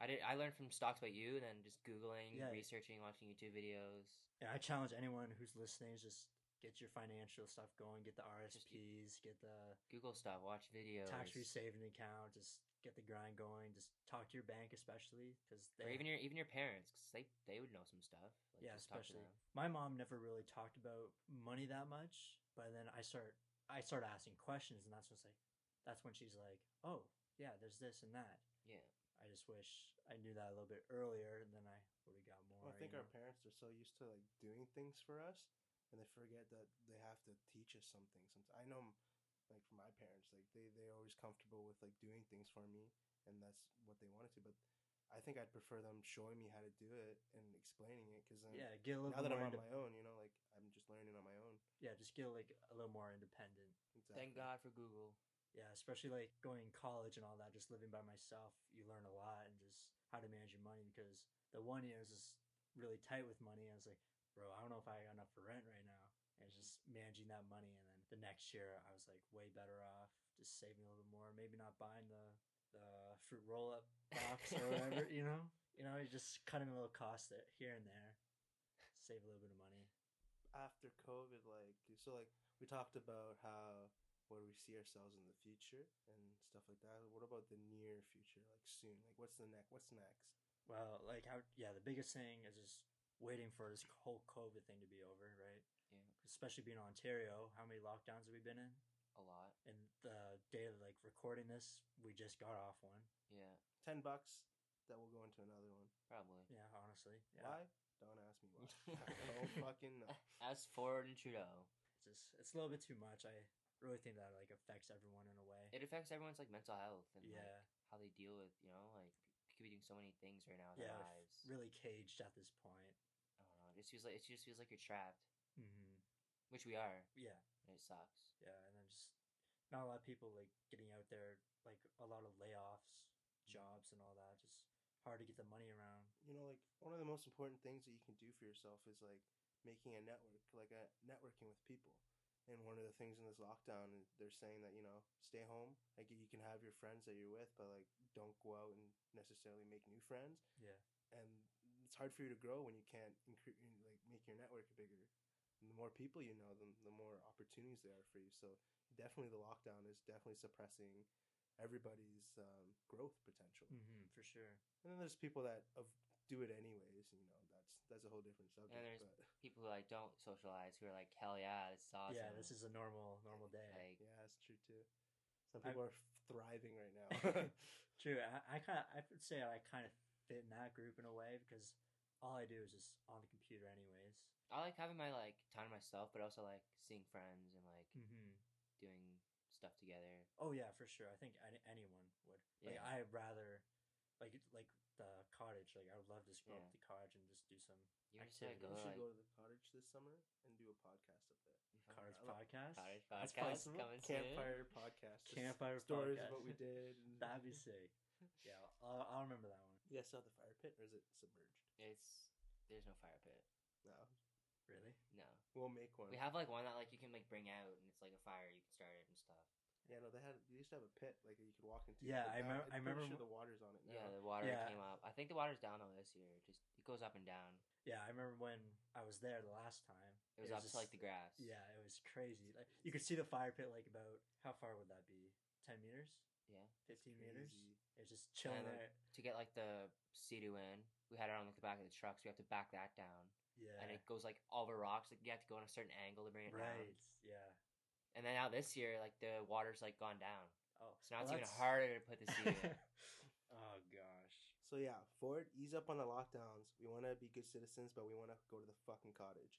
Speaker 2: I did. I learned from stocks about you, and then just googling,
Speaker 1: Yeah.
Speaker 2: researching, watching YouTube videos.
Speaker 1: Yeah, I challenge anyone who's listening is just get your financial stuff going, get the
Speaker 2: Just
Speaker 1: RSPs, get the
Speaker 2: Google stuff, watch videos,
Speaker 1: tax free saving account, just get the grind going. Just talk to your bank, especially because
Speaker 2: or even your even your parents, 'cause they they would know some stuff. Like,
Speaker 1: yeah,
Speaker 2: just talk to
Speaker 1: especially
Speaker 2: them.
Speaker 1: my mom never really talked about money that much, but then I start I start asking questions, and that's what's like that's when she's like, oh yeah, there's this and that.
Speaker 2: Yeah,
Speaker 1: I just wish I knew that a little bit earlier, and then I would have got more.
Speaker 3: Well, I think
Speaker 1: you
Speaker 3: our
Speaker 1: know?
Speaker 3: parents are so used to like doing things for us, and they forget that they have to teach us something. Sometimes I know, m- like for my parents, like they they're always comfortable with like doing things for me, and that's what they wanted to. But I think I'd prefer them showing me how to do it and explaining it because then
Speaker 1: yeah, get a little
Speaker 3: now that
Speaker 1: bit
Speaker 3: I'm
Speaker 1: more.
Speaker 3: on
Speaker 1: inde-
Speaker 3: my own, you know, like I'm just learning on my own.
Speaker 1: yeah, just get like a little more independent.
Speaker 2: Thank
Speaker 3: Exactly.
Speaker 2: God for Google.
Speaker 1: Yeah, especially like going to college and all that, just living by myself, you learn a lot and just how to manage your money because the one year I was just really tight with money. I was like, bro, I don't know if I got enough for rent right now. And it's just managing that money. And then the next year I was like way better off, just saving a little bit more, maybe not buying the, the fruit roll up box or whatever, you know? You know, you're just cutting a little cost there, here and there, save a little bit of money.
Speaker 3: After COVID, like so, like we talked about how where we see ourselves in the future and stuff like that. What about the near future, like soon? Like what's the next? What's next?
Speaker 1: Well, like how yeah, the biggest thing is just waiting for this whole COVID thing to be over, right?
Speaker 2: Yeah.
Speaker 1: Especially being in Ontario, how many lockdowns have we been in?
Speaker 2: A lot.
Speaker 1: And the day of like recording this, we just got off one.
Speaker 2: Yeah,
Speaker 3: Ten bucks that will go into another one.
Speaker 2: probably.
Speaker 1: Yeah, honestly. Yeah.
Speaker 3: Why? Don't ask me why. I don't fucking know.
Speaker 2: As Ford and Trudeau,
Speaker 1: It's just it's a little bit too much. I really think that like affects everyone in a way.
Speaker 2: it affects everyone's like mental health and
Speaker 1: yeah.
Speaker 2: like how they deal with you know like people could be doing so many things right now with
Speaker 1: yeah.
Speaker 2: their
Speaker 1: we're
Speaker 2: lives.
Speaker 1: Really caged at this point.
Speaker 2: I don't know. It just feels like it just feels like you're trapped,
Speaker 1: hmm
Speaker 2: which we are,
Speaker 1: Yeah.
Speaker 2: and it sucks.
Speaker 1: Yeah, and then just not a lot of people like getting out there, like a lot of layoffs, jobs, and all that. Just hard to get the money around.
Speaker 3: you know, like one of the most important things that you can do for yourself is like making a network, like a networking with people. And one of the things in this lockdown, is they're saying that you know, stay home. Like you can have your friends that you're with, but like don't go out and necessarily make new friends.
Speaker 1: Yeah.
Speaker 3: And it's hard for you to grow when you can't incre- in- like make your network bigger. And the more people you know, the, the more opportunities there are for you. So definitely, the lockdown is definitely suppressing everybody's um, growth potential.
Speaker 1: Mm-hmm, for sure.
Speaker 3: And then there's people that of, do it anyways. You know, that's that's a whole different subject.
Speaker 2: there's-
Speaker 3: but
Speaker 2: People who like don't socialize who are like hell yeah, this is awesome.
Speaker 1: Yeah, this is a normal normal day.
Speaker 2: [laughs] like
Speaker 3: yeah, that's true too. Some
Speaker 1: I-
Speaker 3: people are thriving right
Speaker 1: [laughs]
Speaker 3: now. [laughs]
Speaker 1: True. I, I kind of I would say I kind of fit in that group in a way because all I do is just on the computer, anyways.
Speaker 2: I like having my like time to myself, but also like seeing friends and like
Speaker 1: Mm-hmm.
Speaker 2: doing stuff together.
Speaker 1: Oh yeah, for sure. I think any, anyone would. Like
Speaker 2: Yeah.
Speaker 1: I'd rather, like like the cottage. Like I would love to just go up
Speaker 2: Yeah.
Speaker 1: to the cottage and just do some
Speaker 2: You ever just like
Speaker 1: Activities.
Speaker 2: go
Speaker 3: we
Speaker 2: to,
Speaker 3: should
Speaker 2: like
Speaker 3: go to the cottage this summer and do a podcast up there.
Speaker 1: cottage
Speaker 3: I love-
Speaker 1: podcast.
Speaker 2: cottage
Speaker 1: [laughs] That's
Speaker 2: podcast
Speaker 1: possible.
Speaker 2: coming soon.
Speaker 3: Campfire podcast. just
Speaker 1: Campfire
Speaker 3: stories
Speaker 1: podcast.
Speaker 3: of what we did. And...
Speaker 1: That'd
Speaker 2: [laughs]
Speaker 1: be sick. Yeah, I'll, I'll remember that one.
Speaker 3: You guys still have the fire pit, or is it submerged?
Speaker 2: It's there's no fire pit.
Speaker 3: No,
Speaker 1: Really?
Speaker 2: No,
Speaker 3: we'll make one.
Speaker 2: we have like one that like you can like bring out and it's like a fire you can start it and stuff.
Speaker 3: Yeah, no, they had. They used to have a pit like that you could walk into.
Speaker 1: Yeah,
Speaker 3: but
Speaker 1: I
Speaker 3: now-
Speaker 1: remember-
Speaker 3: I'm
Speaker 1: I remember
Speaker 3: pretty Sure
Speaker 1: mo-
Speaker 3: the water's on it now.
Speaker 2: Yeah, the water
Speaker 1: Yeah.
Speaker 2: came up. I think the water's down though this year. It Just it goes up and down.
Speaker 1: Yeah, I remember when I was there the last time.
Speaker 2: It
Speaker 1: It
Speaker 2: was up
Speaker 1: was
Speaker 2: to like
Speaker 1: just-
Speaker 2: the grass.
Speaker 1: Yeah, it was crazy. Like you could see the fire pit like about how far would that be? Ten meters?
Speaker 2: Yeah.
Speaker 1: Fifteen
Speaker 3: Crazy.
Speaker 1: meters? It was just chilling
Speaker 2: then-
Speaker 1: there.
Speaker 2: To get like the Sea-Doo in, we had it on like the back of the trucks. We have to back that down,
Speaker 1: Yeah.
Speaker 2: and um, it goes like over rocks. Like you have to go on a certain angle to bring it down.
Speaker 1: right. Yeah.
Speaker 2: And then now this year, like the water's like gone down,
Speaker 1: Oh.
Speaker 2: so now it's
Speaker 1: well,
Speaker 2: even
Speaker 1: that's-
Speaker 2: harder to put the
Speaker 1: [laughs]
Speaker 2: Sea-Doo in.
Speaker 1: oh gosh.
Speaker 3: So yeah, Ford, ease up on the lockdowns. We want to be good citizens, but we want to go to the fucking cottage.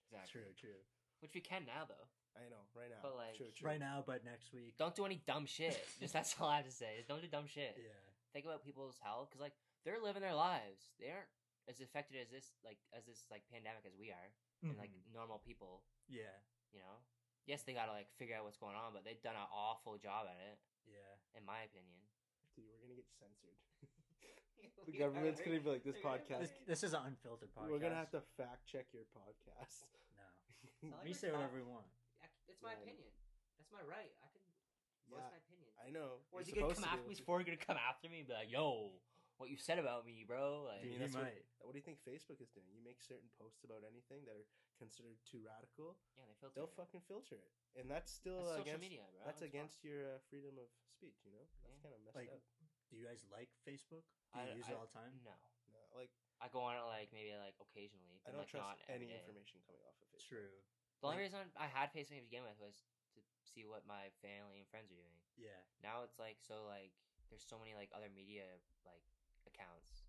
Speaker 1: True,
Speaker 2: Exactly.
Speaker 1: true.
Speaker 2: Whiue we can now though.
Speaker 3: I know, right now.
Speaker 2: But, like,
Speaker 3: true, true.
Speaker 1: Right now, but next week.
Speaker 2: Don't do any dumb shit. Just that's all I have to say. Is don't do dumb shit.
Speaker 1: Yeah.
Speaker 2: Think about people's health because like they're living their lives. They aren't as affected as this like as this like pandemic as we are and like
Speaker 3: Mm-hmm.
Speaker 1: Mhm.
Speaker 2: normal people.
Speaker 1: Yeah.
Speaker 2: You know. Yes, they gotta like figure out what's going on, but they've done an awful job at it,
Speaker 1: Yeah.
Speaker 2: in my [laughs] opinion.
Speaker 3: dude, we're gonna get censored. [laughs] the government's gonna be like this podcast.
Speaker 1: This,
Speaker 3: [laughs]
Speaker 1: this is an unfiltered podcast.
Speaker 3: We're gonna have to fact check your podcast.
Speaker 1: No.
Speaker 2: I
Speaker 3: [laughs]
Speaker 2: like
Speaker 1: we
Speaker 2: your
Speaker 1: say whatever we
Speaker 2: thought.
Speaker 1: want.
Speaker 2: It's my
Speaker 3: my Yeah.
Speaker 2: opinion. That's my right. I can voice
Speaker 3: yeah,
Speaker 2: my opinion.
Speaker 3: I know.
Speaker 2: Or is he
Speaker 3: You're
Speaker 2: gonna
Speaker 3: supposed
Speaker 2: come after
Speaker 3: to be able
Speaker 2: me? Is
Speaker 3: to-
Speaker 2: Ford gonna come after me and be like, "Yo, what you said about me, bro?" Like,
Speaker 1: Dude,
Speaker 3: mean,
Speaker 1: he
Speaker 3: that's what-
Speaker 1: might.
Speaker 3: What do you think Facebook is doing? You make certain posts about anything that are considered too radical,
Speaker 2: yeah, they filter.
Speaker 3: they'll
Speaker 2: it.
Speaker 3: fucking filter it, and that's still
Speaker 2: That's social
Speaker 3: against.
Speaker 2: media, bro. It's
Speaker 3: That's against your uh, freedom of speech. You know, that's
Speaker 2: Yeah.
Speaker 3: kind of messed
Speaker 1: Like,
Speaker 3: up.
Speaker 1: Do you guys like Facebook? Do
Speaker 2: I-
Speaker 1: you use
Speaker 2: I-
Speaker 1: it all the time?
Speaker 2: fine. No,
Speaker 3: No, like,
Speaker 2: I go on it like maybe like occasionally.
Speaker 3: I
Speaker 2: but,
Speaker 3: don't
Speaker 2: like,
Speaker 3: trust
Speaker 2: not every
Speaker 3: any
Speaker 2: day.
Speaker 3: information coming off of Facebook.
Speaker 1: True.
Speaker 2: The only
Speaker 1: Like-
Speaker 2: reason I had Facebook to begin with was to see what my family and friends are doing.
Speaker 1: Yeah.
Speaker 2: Now it's like so like there's so many like other media like accounts,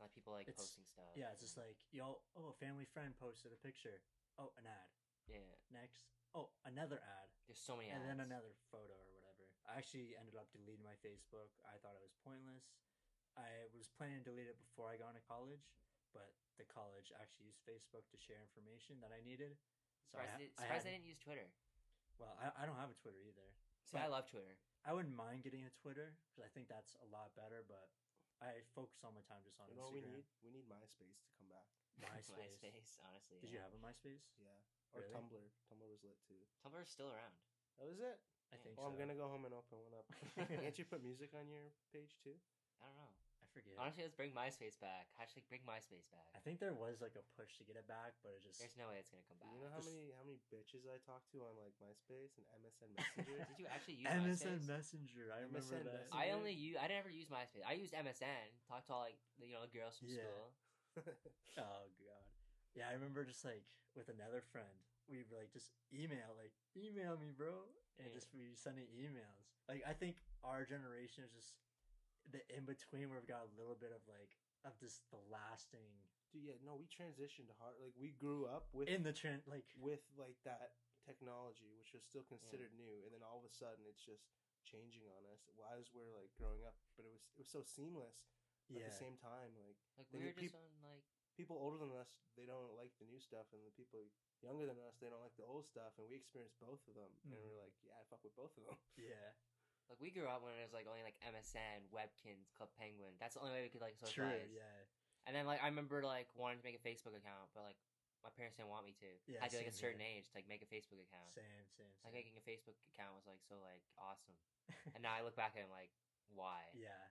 Speaker 2: like people like
Speaker 1: It's-
Speaker 2: posting stuff.
Speaker 1: Yeah, it's just
Speaker 2: and-
Speaker 1: like, yo, oh, a family friend posted a picture. Oh, an ad.
Speaker 2: yeah.
Speaker 1: Next. Oh, another ad.
Speaker 2: There's so many.
Speaker 1: And then
Speaker 2: ads.
Speaker 1: another photo or whatever. I actually ended up deleting my Facebook. I thought it was pointless. I we was planning to delete it before I got into college, but the college actually used Facebook to share information that I needed. So I,
Speaker 2: Surprised,
Speaker 1: ha-
Speaker 2: they-
Speaker 1: I
Speaker 2: surprised
Speaker 1: had-
Speaker 2: they didn't use Twitter.
Speaker 1: well, I, I don't have a Twitter either.
Speaker 2: See, I
Speaker 1: But-
Speaker 2: love Twitter. [laughs]
Speaker 1: I wouldn't mind getting a Twitter because I think that's a lot better, but I focus all my time just on
Speaker 3: You know what we
Speaker 1: Instagram.
Speaker 3: need? We need MySpace to come back.
Speaker 1: MySpace.
Speaker 2: [laughs] MySpace, honestly.
Speaker 1: Did you
Speaker 2: yeah.
Speaker 1: have a MySpace?
Speaker 3: Yeah. Or
Speaker 1: Really?
Speaker 3: Tumblr. Tumblr was lit too.
Speaker 2: Tumblr's still around.
Speaker 3: That was it.
Speaker 1: I
Speaker 2: Yeah.
Speaker 1: think so.
Speaker 3: Oh, I'm gonna go home and open
Speaker 1: [laughs]
Speaker 3: one up. Can't you put music on your page too?
Speaker 2: I don't know.
Speaker 1: I forget.
Speaker 2: Honestly, let's bring MySpace back. Hashtag bring MySpace
Speaker 1: I
Speaker 2: back.
Speaker 1: think there was like a push to get it back, but it just
Speaker 2: There's no way it's gonna come back.
Speaker 3: You know how
Speaker 1: Just-
Speaker 3: many how many bitches I talk to on like MySpace and MSN Messenger?
Speaker 2: [laughs] Did you actually
Speaker 1: [laughs]
Speaker 2: use
Speaker 1: MSN
Speaker 2: MySpace?
Speaker 1: Messenger. I remember
Speaker 3: MSN
Speaker 1: that.
Speaker 3: Messenger.
Speaker 2: I only use. I never used MySpace. I used MSN. Talked to all like the, you know girls from
Speaker 1: Yeah.
Speaker 2: school.
Speaker 1: Oh god. Yeah, I remember just like with another friend, we were like just email, like email me, bro, and
Speaker 2: Yeah.
Speaker 1: just we sending emails. Like I think our generation is just the in between where we've got a little bit of like of just the lasting
Speaker 3: Dude, yeah, no, we transitioned hard. Like we grew up with
Speaker 1: in the trend, like
Speaker 3: with like that technology, which was still considered new, and then all of a sudden it's just changing on us. Why as we're like growing up, but it was it was so seamless. At
Speaker 1: yeah,
Speaker 3: the same time, like
Speaker 2: Like
Speaker 3: Then
Speaker 2: we
Speaker 3: you
Speaker 2: were just
Speaker 3: peop-
Speaker 2: on like
Speaker 3: people older than us, they don't like the new stuff, and the people younger than us, they don't like the old stuff, and we experienced both of them, and
Speaker 1: Mhm.
Speaker 2: Mm-hmm.
Speaker 3: we're like, yeah, I fuck with both of them. [laughs]
Speaker 1: yeah,
Speaker 2: like we grew up when it was like only like MSN, Webkins, Club Penguin. That's the only way we could like
Speaker 1: true,
Speaker 2: socialize.
Speaker 1: yeah,
Speaker 2: And then like I remember like wanting to make a Facebook account, but like my parents didn't want me to.
Speaker 1: Yeah,
Speaker 2: I had to be, like a
Speaker 1: same
Speaker 2: certain age to like make a Facebook account.
Speaker 1: same, same,
Speaker 2: Like
Speaker 1: same.
Speaker 2: making a Facebook account was like so like awesome.
Speaker 1: [laughs]
Speaker 2: and now I look back at it, I'm like, why?
Speaker 1: yeah.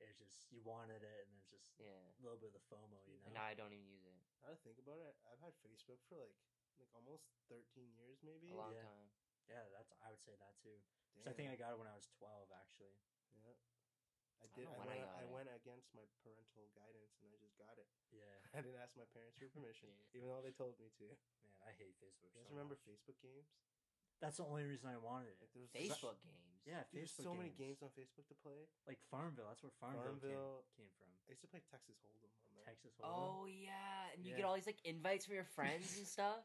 Speaker 1: It's just you wanted it, and there's just
Speaker 2: Yeah.
Speaker 1: a little bit of the FOMO, you know.
Speaker 2: And now I don't even use it.
Speaker 3: Now to think about it, I've had Facebook for like like almost thirteen years, maybe.
Speaker 2: A long
Speaker 1: Yeah.
Speaker 2: time.
Speaker 1: yeah, that's I would say that too. 'Cause I think I got it when I was twelve, actually.
Speaker 3: yeah. I
Speaker 2: don't
Speaker 3: did.
Speaker 2: know
Speaker 3: I,
Speaker 2: when I
Speaker 3: went,
Speaker 2: got
Speaker 3: I
Speaker 2: it.
Speaker 3: went against my parental guidance, and I just got it.
Speaker 1: Yeah,
Speaker 3: [laughs] I didn't ask my parents for permission,
Speaker 2: Yeah.
Speaker 3: even though they told me to. You
Speaker 1: man, I hate Facebook.
Speaker 3: guys
Speaker 1: so
Speaker 3: remember
Speaker 1: much.
Speaker 3: Facebook games?
Speaker 1: That's the only reason I wanted it.
Speaker 3: Like there was such-
Speaker 2: Facebook games.
Speaker 1: Yeah,
Speaker 3: Dude, there's
Speaker 1: Facebook
Speaker 3: so many games on Facebook to play.
Speaker 1: like Farmville. That's where Farmville, came-
Speaker 3: Farmville.
Speaker 1: Came, from.
Speaker 3: I used to play Texas Hold'em on there.
Speaker 1: Texas Hold'em.
Speaker 2: Oh yeah, and you get
Speaker 1: Yeah.
Speaker 2: all these like invites from your friends
Speaker 1: [laughs]
Speaker 2: and stuff.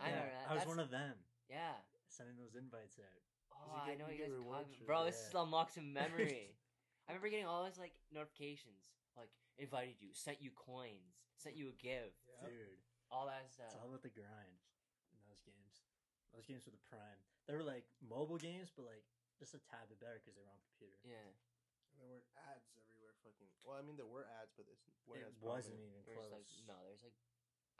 Speaker 2: I
Speaker 1: Yeah,
Speaker 2: remember that.
Speaker 1: I was
Speaker 2: That's-
Speaker 1: one of them
Speaker 2: Yeah.
Speaker 1: sending those invites out.
Speaker 2: Oh,
Speaker 3: you
Speaker 2: I
Speaker 3: get-
Speaker 2: know
Speaker 3: you
Speaker 2: what
Speaker 3: get
Speaker 2: you guys are
Speaker 3: rewards
Speaker 2: talking
Speaker 3: for
Speaker 2: about. Bro, this
Speaker 1: that.
Speaker 2: is
Speaker 1: [laughs]
Speaker 2: unlocked in memory. I remember getting all these like notifications, like invited you, sent you coins, sent you a give,
Speaker 3: Yeah.
Speaker 1: Dude,
Speaker 2: all that
Speaker 1: it's
Speaker 2: stuff.
Speaker 1: all about the grind in those games. Those games were the prime. They were like mobile games, but like just a tad bit better because they were on computer.
Speaker 2: Yeah,
Speaker 3: There were ads everywhere. Fucking. Well, I mean, there were ads, but it's
Speaker 1: it
Speaker 3: whereas
Speaker 1: wasn't
Speaker 3: prominent.
Speaker 1: even
Speaker 2: there's
Speaker 1: close.
Speaker 2: like no, there's like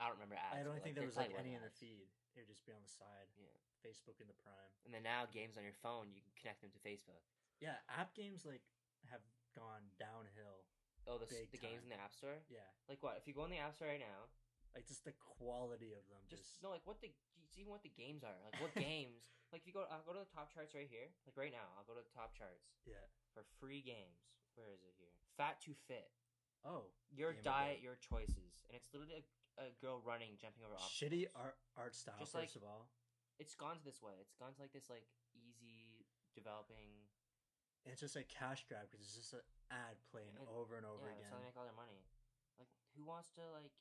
Speaker 2: I don't remember ads.
Speaker 1: I don't
Speaker 2: but,
Speaker 1: think
Speaker 2: like,
Speaker 1: there was like any
Speaker 2: probably
Speaker 1: in
Speaker 2: were
Speaker 1: the
Speaker 2: ads.
Speaker 1: feed. It would just be on the side.
Speaker 2: Yeah.
Speaker 1: Facebook in the prime.
Speaker 2: And then now games on your phone, you can connect them to Facebook.
Speaker 1: Yeah, app games like have gone downhill.
Speaker 2: Oh, the,
Speaker 1: Big
Speaker 2: the games in the App Store.
Speaker 1: Yeah,
Speaker 2: Like what? If you go in the App Store right now,
Speaker 1: like just the quality of them.
Speaker 2: just
Speaker 1: Just,
Speaker 2: no, like what the see what the games are. Like
Speaker 1: [laughs]
Speaker 2: what games? Like if you go, I'll go to the top charts right here. Like right now, I'll go to the top charts
Speaker 1: yeah.
Speaker 2: for free games. Where is it here? Fat to Fit.
Speaker 1: Oh,
Speaker 2: Your
Speaker 1: Game of
Speaker 2: diet,
Speaker 1: Death.
Speaker 2: your choices, and it's literally a, a girl running, jumping over obstacles.
Speaker 1: shitty art art style.
Speaker 2: Just,
Speaker 1: first
Speaker 2: like,
Speaker 1: of all,
Speaker 2: It's gone to this way. It's gone to like this, like easy developing.
Speaker 1: And it's just a cash grab because it's just an ad playing
Speaker 2: And it-
Speaker 1: over and over again.
Speaker 2: yeah, that's how they make all their money. Like, who wants to like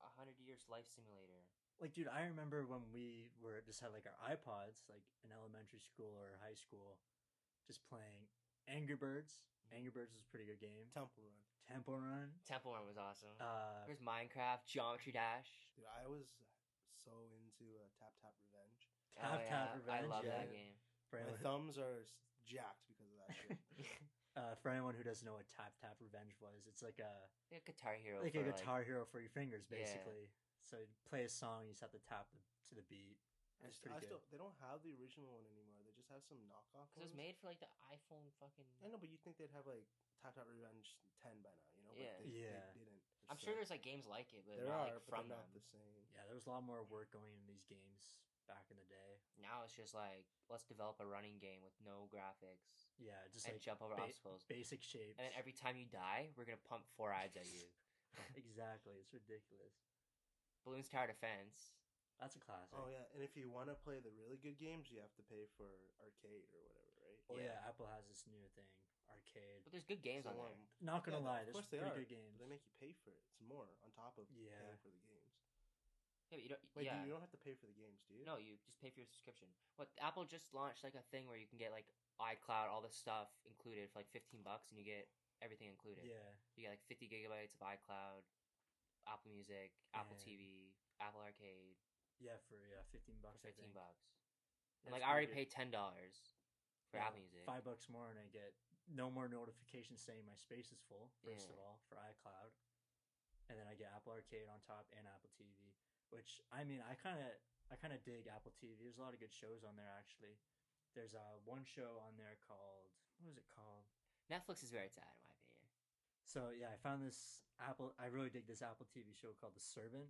Speaker 2: a hundred years life simulator?
Speaker 1: Like, dude, I remember when we were just had like our iPods, like in elementary school or high school, just playing Angry Birds.
Speaker 2: Mm-hmm.
Speaker 1: Angry Birds was a pretty good game.
Speaker 3: Temple Run.
Speaker 1: Temple Run.
Speaker 2: Temple Run was awesome.
Speaker 1: Uh,
Speaker 2: There's Minecraft, Geometry Dash.
Speaker 3: Dude, I was so into uh, Tap Tap Revenge.
Speaker 1: Tap
Speaker 2: oh,
Speaker 1: Tap
Speaker 2: yeah,
Speaker 1: Revenge,
Speaker 2: I love
Speaker 3: yeah.
Speaker 2: that game.
Speaker 1: for,
Speaker 3: My
Speaker 1: anyone,
Speaker 3: thumbs are s- jacked because of that shit.
Speaker 1: uh, for anyone who doesn't know what Tap Tap Revenge was, it's like a
Speaker 2: Like a Guitar Hero.
Speaker 3: Oh,
Speaker 1: like
Speaker 2: for,
Speaker 1: a guitar hero for your fingers,
Speaker 2: Yeah.
Speaker 1: basically. So you play a song, you just have to tap the, to the beat.
Speaker 3: I
Speaker 1: It's
Speaker 3: st-
Speaker 1: pretty
Speaker 3: I
Speaker 1: good.
Speaker 3: still, they don't have the original one anymore. They just have some knockoff.
Speaker 2: Because it was
Speaker 3: ones.
Speaker 2: made for like the iPhone fucking.
Speaker 3: I know, but you'd think they'd have like Tap Tap Revenge ten by now, you know?
Speaker 2: Yeah.
Speaker 3: But they,
Speaker 1: Yeah.
Speaker 3: They didn't.
Speaker 2: I'm
Speaker 3: It's
Speaker 2: sure
Speaker 3: like-
Speaker 2: there's like games like it, but
Speaker 3: there
Speaker 2: not
Speaker 3: are,
Speaker 2: like
Speaker 3: but
Speaker 2: from
Speaker 3: they're
Speaker 2: them.
Speaker 3: not the same.
Speaker 1: Yeah, there was a lot more work going into these games back in the day.
Speaker 2: Now it's just like let's develop a running game with no graphics
Speaker 1: Yeah, just
Speaker 2: and
Speaker 1: like
Speaker 2: jump over
Speaker 1: ba-
Speaker 2: obstacles.
Speaker 1: basic shapes.
Speaker 2: And then every time you die, we're gonna pump four ads at
Speaker 3: [laughs]
Speaker 2: you.
Speaker 1: [laughs] exactly, it's ridiculous.
Speaker 2: Balloons Tower Defense.
Speaker 1: That's a classic.
Speaker 3: Oh yeah, and if you want to play the really good games, you have to pay for arcade or whatever, right?
Speaker 1: Oh,
Speaker 2: yeah.
Speaker 1: yeah. Apple has this new thing, arcade.
Speaker 2: But there's good games
Speaker 3: So,
Speaker 2: on there.
Speaker 3: um,
Speaker 1: Not gonna
Speaker 3: yeah,
Speaker 1: lie,
Speaker 3: of
Speaker 1: there's
Speaker 3: course they
Speaker 1: pretty
Speaker 3: are,
Speaker 1: good games.
Speaker 3: but They make you pay for it. It's more on top of
Speaker 1: Yeah.
Speaker 3: paying for the games.
Speaker 2: Yeah, but you don't.
Speaker 3: Wait,
Speaker 2: yeah.
Speaker 3: dude, you don't have to pay for the games, do you?
Speaker 2: No, you just pay for your subscription. What Apple just launched like a thing where you can get like iCloud, all this stuff included for like fifteen bucks, and you get everything included.
Speaker 1: Yeah.
Speaker 2: You get like 50 gigabytes of iCloud, Apple Music, Apple
Speaker 1: Yeah.
Speaker 2: TV, Apple Arcade
Speaker 1: Yeah, for yeah, fifteen
Speaker 2: for
Speaker 1: bucks. I
Speaker 2: 15
Speaker 1: think.
Speaker 2: bucks.
Speaker 1: That's
Speaker 2: And like I already
Speaker 1: pretty
Speaker 2: paid ten dollars for
Speaker 1: Yeah,
Speaker 2: Apple Music.
Speaker 1: Five bucks more, and I get no more notifications saying my space is full. First of
Speaker 2: Yeah.
Speaker 1: all, for iCloud, and then I get Apple Arcade on top and Apple TV, which I mean, I kind of, I kind of dig Apple TV. There's a lot of good shows on there actually. There's uh, one show on there called what was it called?
Speaker 2: Netflix is very sad in my opinion.
Speaker 1: So yeah, I found this Apple. I really dig this Apple TV show called The Servant.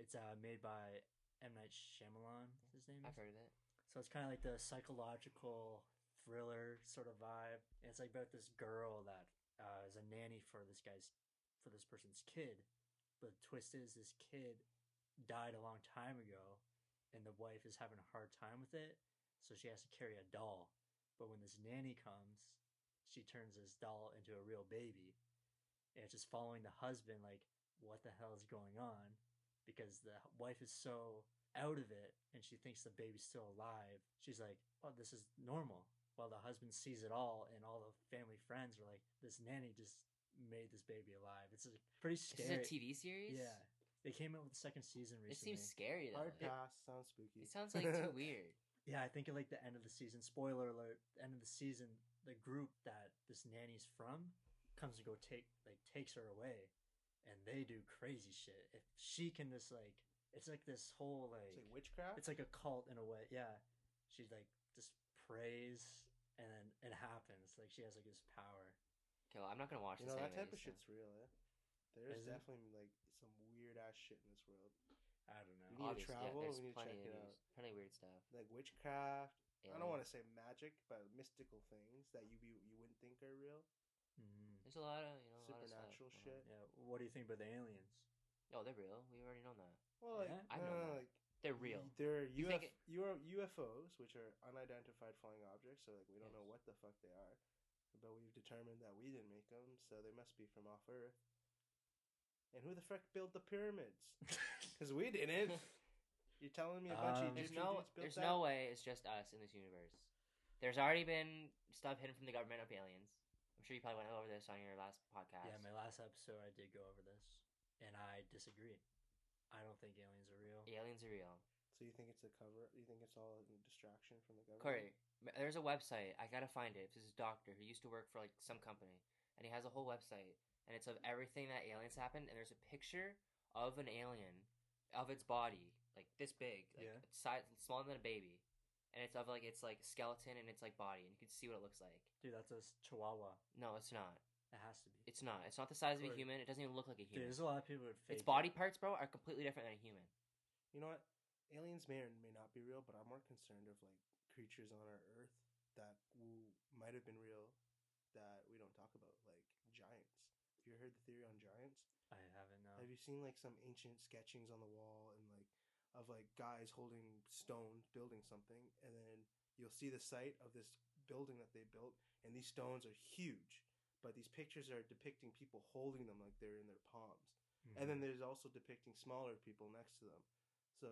Speaker 1: It's uh, made by M Night Shyamalan. is His name. is?
Speaker 2: I've heard of it.
Speaker 1: So it's kind of like the psychological thriller sort of vibe. And it's like about this girl that uh, is a nanny for this guy's, for this person's kid. But the twist is this kid died a long time ago, and the wife is having a hard time with it. So she has to carry a doll. But when this nanny comes, she turns this doll into a real baby. And it's just following the husband, like, what the hell is going on? Because the h- wife is so out of it and she thinks the baby's still alive. She's like, oh, this is normal. While the husband sees it all, and all the family friends are like, this nanny just made this baby alive. It's like, pretty
Speaker 2: Is
Speaker 1: scary.
Speaker 2: this a TV series?
Speaker 1: Yeah. They came out with the second season recently.
Speaker 2: This seems scary though.
Speaker 3: Hard
Speaker 2: Like,
Speaker 3: pass. Sounds spooky.
Speaker 2: It sounds like
Speaker 3: [laughs]
Speaker 2: too weird.
Speaker 1: [laughs] yeah, I think at like the end of the season, spoiler alert, the end of the season, the group that this nanny's from comes and go take like takes her away and they do crazy shit. If she can just like it's like this whole
Speaker 3: It's like witchcraft.
Speaker 1: it's like a cult in a way. Yeah, she like just prays, and then it happens. Like she has like this power.
Speaker 2: Okay, well, I'm not gonna watch
Speaker 3: you
Speaker 2: this.
Speaker 3: know that
Speaker 2: anyways,
Speaker 3: type of
Speaker 2: so.
Speaker 3: shit's real. Eh? There's
Speaker 1: Is it?
Speaker 3: definitely like some weird ass shit in this world.
Speaker 1: I don't know.
Speaker 3: We need to
Speaker 2: Obvious-
Speaker 3: travel,
Speaker 2: there's
Speaker 3: we need to
Speaker 2: plenty
Speaker 3: check
Speaker 2: of
Speaker 3: it
Speaker 2: these- Plenty of weird stuff.
Speaker 3: Like witchcraft. I don't
Speaker 2: Alien.
Speaker 3: want to say magic, but mystical things that you be, you wouldn't think are real.
Speaker 1: Mm.
Speaker 2: There's a lot of you know a lot of stuff
Speaker 3: Supernatural
Speaker 2: going on.
Speaker 3: shit.
Speaker 1: Yeah. What do you think about the aliens? [laughs]
Speaker 2: No, they're real. We already know that.
Speaker 3: Well, like,
Speaker 1: Yeah?
Speaker 2: I
Speaker 3: no,
Speaker 2: know
Speaker 3: no,
Speaker 2: that.
Speaker 3: like
Speaker 2: They're real.
Speaker 3: y- They're
Speaker 2: You
Speaker 3: UF,
Speaker 2: think it-
Speaker 3: UR UFOs, which are unidentified flying objects. So like we don't know
Speaker 2: Yes.
Speaker 3: what the fuck they are, but we've determined that we didn't make them, so they must be from off Earth. And who the frick built the pyramids? [laughs] Because we didn't.
Speaker 2: [laughs]
Speaker 3: You're telling me a bunch
Speaker 1: Um,
Speaker 2: Uh,
Speaker 3: of
Speaker 2: There's
Speaker 3: Egyptian
Speaker 2: no
Speaker 3: dudes built
Speaker 2: there's
Speaker 3: that?
Speaker 2: no way it's just us in this universe. There's already been stuff hidden from the government of aliens. I'm sure you probably went over this on your last podcast.
Speaker 1: Yeah, my last episode I did go over this, and I disagree. I don't think aliens are real.
Speaker 2: aliens are real.
Speaker 3: So you think it's a cover? You think it's all a distraction from the government?
Speaker 2: Corey, m- there's a website. I gotta find it. It's this doctor who used to work for like some company, and he has a whole website, and it's of everything that aliens happened. And there's a picture of an alien, of its body, like this big, like
Speaker 1: Yeah.
Speaker 2: size smaller than a baby, and it's of like its like skeleton and its like body, and you can see what it looks like.
Speaker 1: Dude, that's a s- chihuahua.
Speaker 2: No, it's not.
Speaker 1: It has to be.
Speaker 2: It's not. It's not the size of a
Speaker 1: Corey.
Speaker 2: human. It doesn't even look like a
Speaker 1: Dude,
Speaker 2: human.
Speaker 1: there's a lot of people that fake
Speaker 2: its
Speaker 1: it.
Speaker 2: body parts, bro, are completely different than a human.
Speaker 3: You know what? Aliens may or may not be real, but I'm more concerned of like creatures on our Earth that w- might have been real that we don't talk about, like giants. Have you heard the theory on giants?
Speaker 2: [laughs]
Speaker 1: I haven't no.
Speaker 3: Have you seen like some ancient sketchings on the wall and like of like guys holding stones building something, and then you'll see the site of this building that they built, and these stones are huge, but these pictures are depicting people holding them like they're in their palms
Speaker 1: Mm-hmm.
Speaker 3: and
Speaker 2: Mm-hmm.
Speaker 3: then there's also depicting smaller people next to them. So,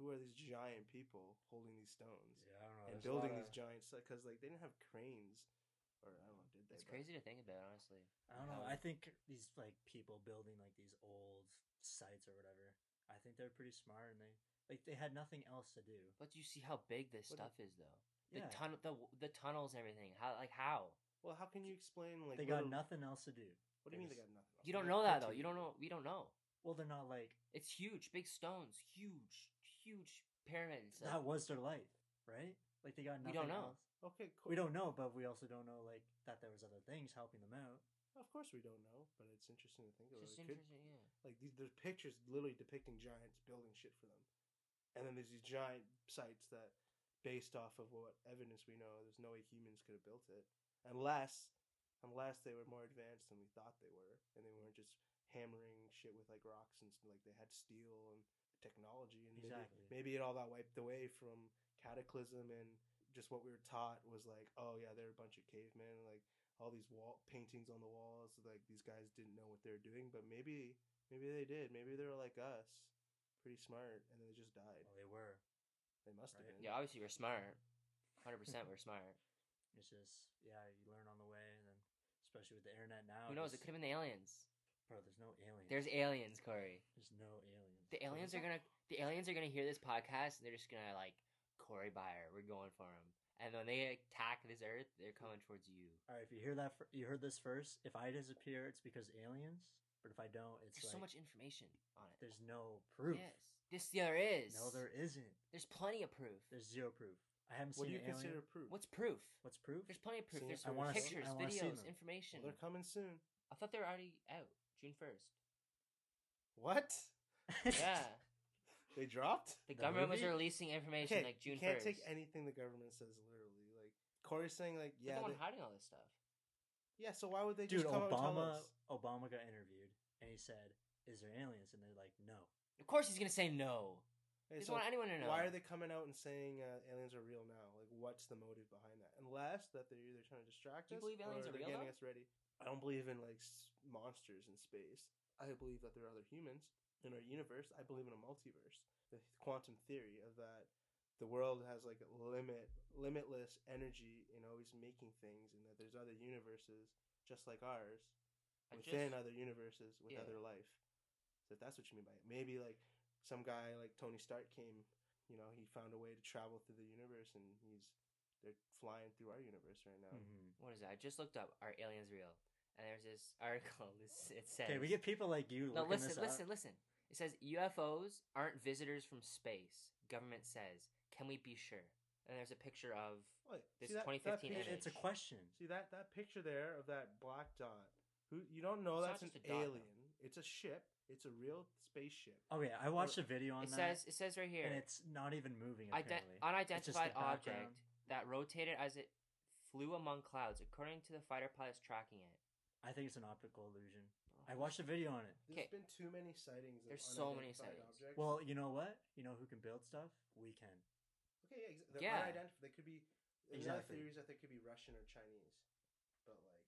Speaker 3: who are these giant people holding these stones
Speaker 1: yeah, I don't know.
Speaker 3: and
Speaker 1: there's a
Speaker 3: building
Speaker 1: lot
Speaker 3: these
Speaker 1: of-
Speaker 3: giants? Because like they didn't have cranes, or I don't know, did they?
Speaker 2: It's
Speaker 3: but-
Speaker 2: crazy to think about, honestly.
Speaker 1: I don't know.
Speaker 3: Um,
Speaker 1: I think these like people building like these old sites or whatever. I think they're pretty smart and they like they had nothing else to do.
Speaker 2: But do you see how big this
Speaker 3: What-
Speaker 2: stuff is, though. The
Speaker 1: Yeah,
Speaker 2: tunnel, the the tunnels, and everything. How like how?
Speaker 3: Well, how can you explain like
Speaker 1: they got
Speaker 3: what are-
Speaker 1: nothing else to do.
Speaker 3: What do you mean they got nothing?
Speaker 2: You don't
Speaker 3: They're
Speaker 2: know that though.
Speaker 3: empty.
Speaker 2: You don't know. We don't know.
Speaker 1: Well, they're not like
Speaker 2: It's huge, big stones, huge, huge pyramids. like-
Speaker 1: that was their life, right? Like they got nothing.
Speaker 2: We don't know.
Speaker 1: Else.
Speaker 3: Okay, cool.
Speaker 1: We don't know, but we also don't know like that there was other things helping them out.
Speaker 3: Of course, we don't know, but it's interesting to think
Speaker 2: it's
Speaker 3: about.
Speaker 2: just
Speaker 3: It could-
Speaker 2: interesting. Yeah.
Speaker 3: like these, there's pictures literally depicting giants building shit for them, and then there's these giant sites that, based off of what evidence we know, there's no way humans could have built it, unless, unless they were more advanced than we thought they were, and they weren't just hammering shit with like rocks and st- like they had steel and technology, and
Speaker 1: Exactly.
Speaker 3: maybe, maybe it all got wiped away from cataclysm and just what we were taught was like, oh yeah, they're a bunch of cavemen, like all these wall paintings on the walls, like these guys didn't know what they were doing, but maybe Maybe they did. Maybe they were like us, pretty smart, and then they just died.
Speaker 1: Well, they were.
Speaker 3: They must have
Speaker 1: Right.
Speaker 3: been.
Speaker 2: Yeah. Obviously, we're smart. Hundred percent, we're smart.
Speaker 1: It's just yeah, you learn on the way, and then it's especially with the internet now.
Speaker 2: Who knows?
Speaker 1: just-
Speaker 2: It could have been the aliens.
Speaker 1: Bro, there's no aliens.
Speaker 2: There's aliens, Corey.
Speaker 1: There's no aliens.
Speaker 2: The aliens are gonna the aliens are gonna hear this podcast and they're just gonna like Corey Byer, we're going for him. And when they attack this earth, they're coming towards you.
Speaker 1: All right, if you hear that, fir- you heard this first. If I disappear, it's because aliens. But if I don't, it's
Speaker 2: There's
Speaker 1: like
Speaker 2: so much information on it.
Speaker 1: there's no proof.
Speaker 2: Yes, this there is.
Speaker 1: No, there isn't.
Speaker 2: There's plenty of proof.
Speaker 1: There's zero proof. I haven't seen
Speaker 3: What do you
Speaker 1: an alien.
Speaker 3: consider proof?
Speaker 2: What's proof?
Speaker 1: What's proof?
Speaker 2: There's plenty of proof.
Speaker 3: See,
Speaker 2: There's
Speaker 1: I wanna
Speaker 3: see-
Speaker 2: pictures,
Speaker 1: I wanna see
Speaker 2: videos,
Speaker 1: them.
Speaker 2: information.
Speaker 3: Well, they're coming soon.
Speaker 2: I thought they were already out June first.
Speaker 3: What? [laughs]
Speaker 1: [laughs]
Speaker 2: Yeah,
Speaker 3: They dropped?
Speaker 2: the
Speaker 1: The
Speaker 2: government was
Speaker 1: movie?
Speaker 2: releasing information like June
Speaker 3: you can't
Speaker 2: first.
Speaker 3: take anything the government says literally. Like Corey's saying, like yeah,
Speaker 2: the one
Speaker 3: they-
Speaker 2: hiding all this stuff.
Speaker 3: yeah. So why would they
Speaker 1: Dude,
Speaker 3: just come out and tell
Speaker 1: Obama.
Speaker 3: us?
Speaker 1: Obama got interviewed, and he said, "Is there aliens?" And they're like, "No."
Speaker 2: Of course, he's gonna say no.
Speaker 3: Hey,
Speaker 2: He doesn't
Speaker 3: so
Speaker 2: want anyone to know.
Speaker 3: Why are they coming out and saying uh, aliens are real now? Like, what's the motive behind that? Unless that they're either trying to distract
Speaker 2: Do you
Speaker 3: us
Speaker 2: believe aliens
Speaker 3: or
Speaker 2: are
Speaker 3: they're
Speaker 2: real,
Speaker 3: getting
Speaker 2: though?
Speaker 3: us ready. I don't believe in like s- monsters in space. I believe that there are other humans in our universe. I believe in a multiverse, the quantum theory of that the world has like a limit, limitless energy in always making things, and that there's other universes just like ours
Speaker 2: I
Speaker 3: within
Speaker 2: just-
Speaker 3: other universes with
Speaker 2: Yeah.
Speaker 3: other life. So if that's what you mean by it. Maybe like some guy like Tony Stark came, you know, he found a way to travel through the universe and he's they're flying through our universe right
Speaker 2: Oh.
Speaker 3: now.
Speaker 1: Mhm.
Speaker 2: what is that? I just looked up. Are aliens real? And there's this [laughs] article. This it says.
Speaker 1: Okay, we get people like you.
Speaker 2: No,
Speaker 1: looking
Speaker 2: listen,
Speaker 1: this up.
Speaker 2: listen, listen. It says UFOs aren't visitors from space. Government says. Can we be sure? And there's a picture of.
Speaker 3: Like,
Speaker 2: This
Speaker 3: see that- that
Speaker 2: 2015
Speaker 1: It-
Speaker 3: picture-
Speaker 2: image.
Speaker 1: It's a question.
Speaker 3: See that that picture there of that black dot. Who you don't know
Speaker 2: It's not
Speaker 3: that's an
Speaker 2: just a dot, though.
Speaker 3: alien. It's a ship. It's a real spaceship.
Speaker 1: Okay, Oh, I watched a video on
Speaker 2: It
Speaker 1: that,
Speaker 2: says. It says right here.
Speaker 1: and it's not even moving.
Speaker 2: Iden-
Speaker 1: Apparently,
Speaker 2: unidentified object
Speaker 1: background.
Speaker 2: that rotated as it flew among clouds, according to the fighter pilots tracking it.
Speaker 1: I think it's an optical illusion. I watched a video on it.
Speaker 2: 'Kay.
Speaker 3: There's been too many sightings.
Speaker 2: There's
Speaker 3: of
Speaker 2: so many
Speaker 3: unidentified
Speaker 2: sightings.
Speaker 3: Objects.
Speaker 1: Well, you know what? You know who can build stuff? We can.
Speaker 3: okay, yeah, exa- they're
Speaker 2: Yeah.
Speaker 3: unidentified. They could be. Another
Speaker 1: Exactly.
Speaker 3: theory is that they could be Russian or Chinese, but like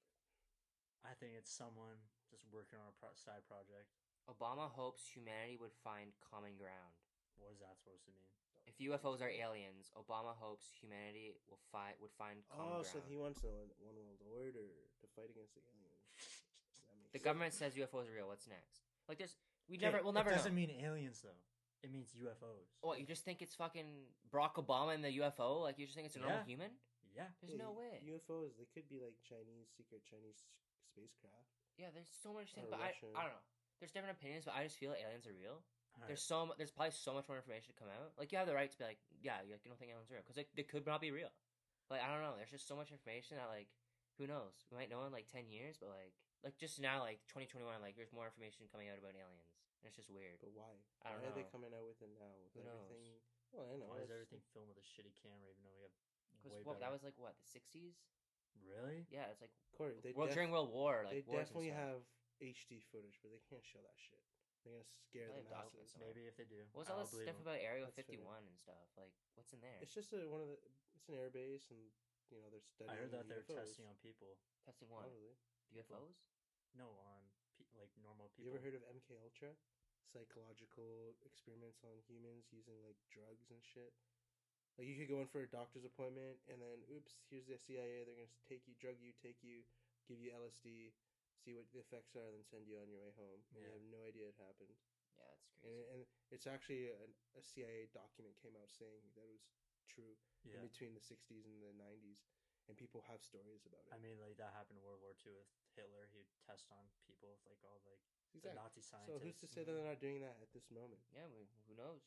Speaker 1: I think it's someone just working on a pro- side project.
Speaker 2: Obama hopes humanity would find common ground.
Speaker 1: What is that supposed to mean?
Speaker 2: If UFOs are aliens, Obama hopes humanity will find would find common
Speaker 3: Oh,
Speaker 2: ground.
Speaker 3: so he wants a one, one world order to fight against the aliens. [laughs]
Speaker 2: the
Speaker 3: That makes sense.
Speaker 2: government says UFOs are real. What's next? Like there's we
Speaker 1: Okay,
Speaker 2: never we'll never
Speaker 1: It
Speaker 2: know.
Speaker 1: doesn't mean aliens though. It means UFOs.
Speaker 2: What you just think it's fucking Barack Obama and the UFO? Like you just think it's a normal
Speaker 1: Yeah.
Speaker 2: human?
Speaker 1: Yeah.
Speaker 2: There's
Speaker 3: Yeah,
Speaker 2: no
Speaker 3: u-
Speaker 2: way.
Speaker 3: UFOs they could be like Chinese secret Chinese s- spacecraft.
Speaker 2: yeah, there's so much things,
Speaker 3: Or
Speaker 2: but I,
Speaker 3: Russia.
Speaker 2: I don't know. There's different opinions, but I just feel aliens are real.
Speaker 1: All
Speaker 2: There's so mu- there's probably so much more information to come out. Like you have the right to be like, yeah, you, like, you don't think aliens are real because they, they could not be real. Like I don't know. There's just so much information that like who knows? We might know in like ten years, but like like just now like 2021, like there's more information coming out about aliens. And it's just weird.
Speaker 3: But why?
Speaker 2: I don't
Speaker 3: why are they
Speaker 2: know.
Speaker 3: coming out with it now? With
Speaker 2: Who knows?
Speaker 3: everything. Well, I know.
Speaker 1: Why is
Speaker 3: it's-
Speaker 1: everything filmed with a shitty camera, even though we have
Speaker 2: 'Cause
Speaker 1: way
Speaker 2: what,
Speaker 1: better?
Speaker 2: that was like what the 60s?
Speaker 1: really?
Speaker 2: Yeah, it's like
Speaker 3: Corey, they
Speaker 2: well
Speaker 3: def-
Speaker 2: during World War. Like
Speaker 3: they
Speaker 2: wars and
Speaker 3: definitely
Speaker 2: stuff.
Speaker 3: have HD footage, but they can't show that shit. They're gonna scare
Speaker 2: They have
Speaker 3: the
Speaker 2: to outfit
Speaker 3: masses.
Speaker 2: some-
Speaker 1: Maybe if they do.
Speaker 2: What was
Speaker 1: I'll
Speaker 2: all this
Speaker 1: believe
Speaker 2: stuff
Speaker 1: 'em.
Speaker 2: about Area
Speaker 3: That's fair.
Speaker 2: 51 and stuff? Like, what's in there?
Speaker 3: It's just a, one of the. It's an airbase, and you know they're studying.
Speaker 1: I heard that
Speaker 3: the
Speaker 1: they're
Speaker 3: UFOs.
Speaker 1: testing on people.
Speaker 2: Testing one.
Speaker 3: Probably.
Speaker 2: UFOs?
Speaker 1: No, on pe- like normal people.
Speaker 3: You ever heard of MK Ultra? Psychological experiments on humans using like drugs and shit. Like you could go in for a doctor's appointment and then, oops, here's the CIA. They're gonna take you, drug you, take you, give you LSD, see what the effects are, then send you on your way home. And You
Speaker 1: Yeah.
Speaker 3: have no idea it happened.
Speaker 2: Yeah, that's
Speaker 3: And,
Speaker 2: crazy.
Speaker 3: and it's actually a, a CIA document came out saying that it was true
Speaker 1: Yeah.
Speaker 3: in between the 60s and the 90s, and people have stories about it.
Speaker 1: I mean, like that happened in World War II with Hitler. He would test on people with like all like the Nazi
Speaker 3: So
Speaker 1: scientists.
Speaker 3: who's to say that they're not doing that at this moment?
Speaker 2: Yeah, we, who knows?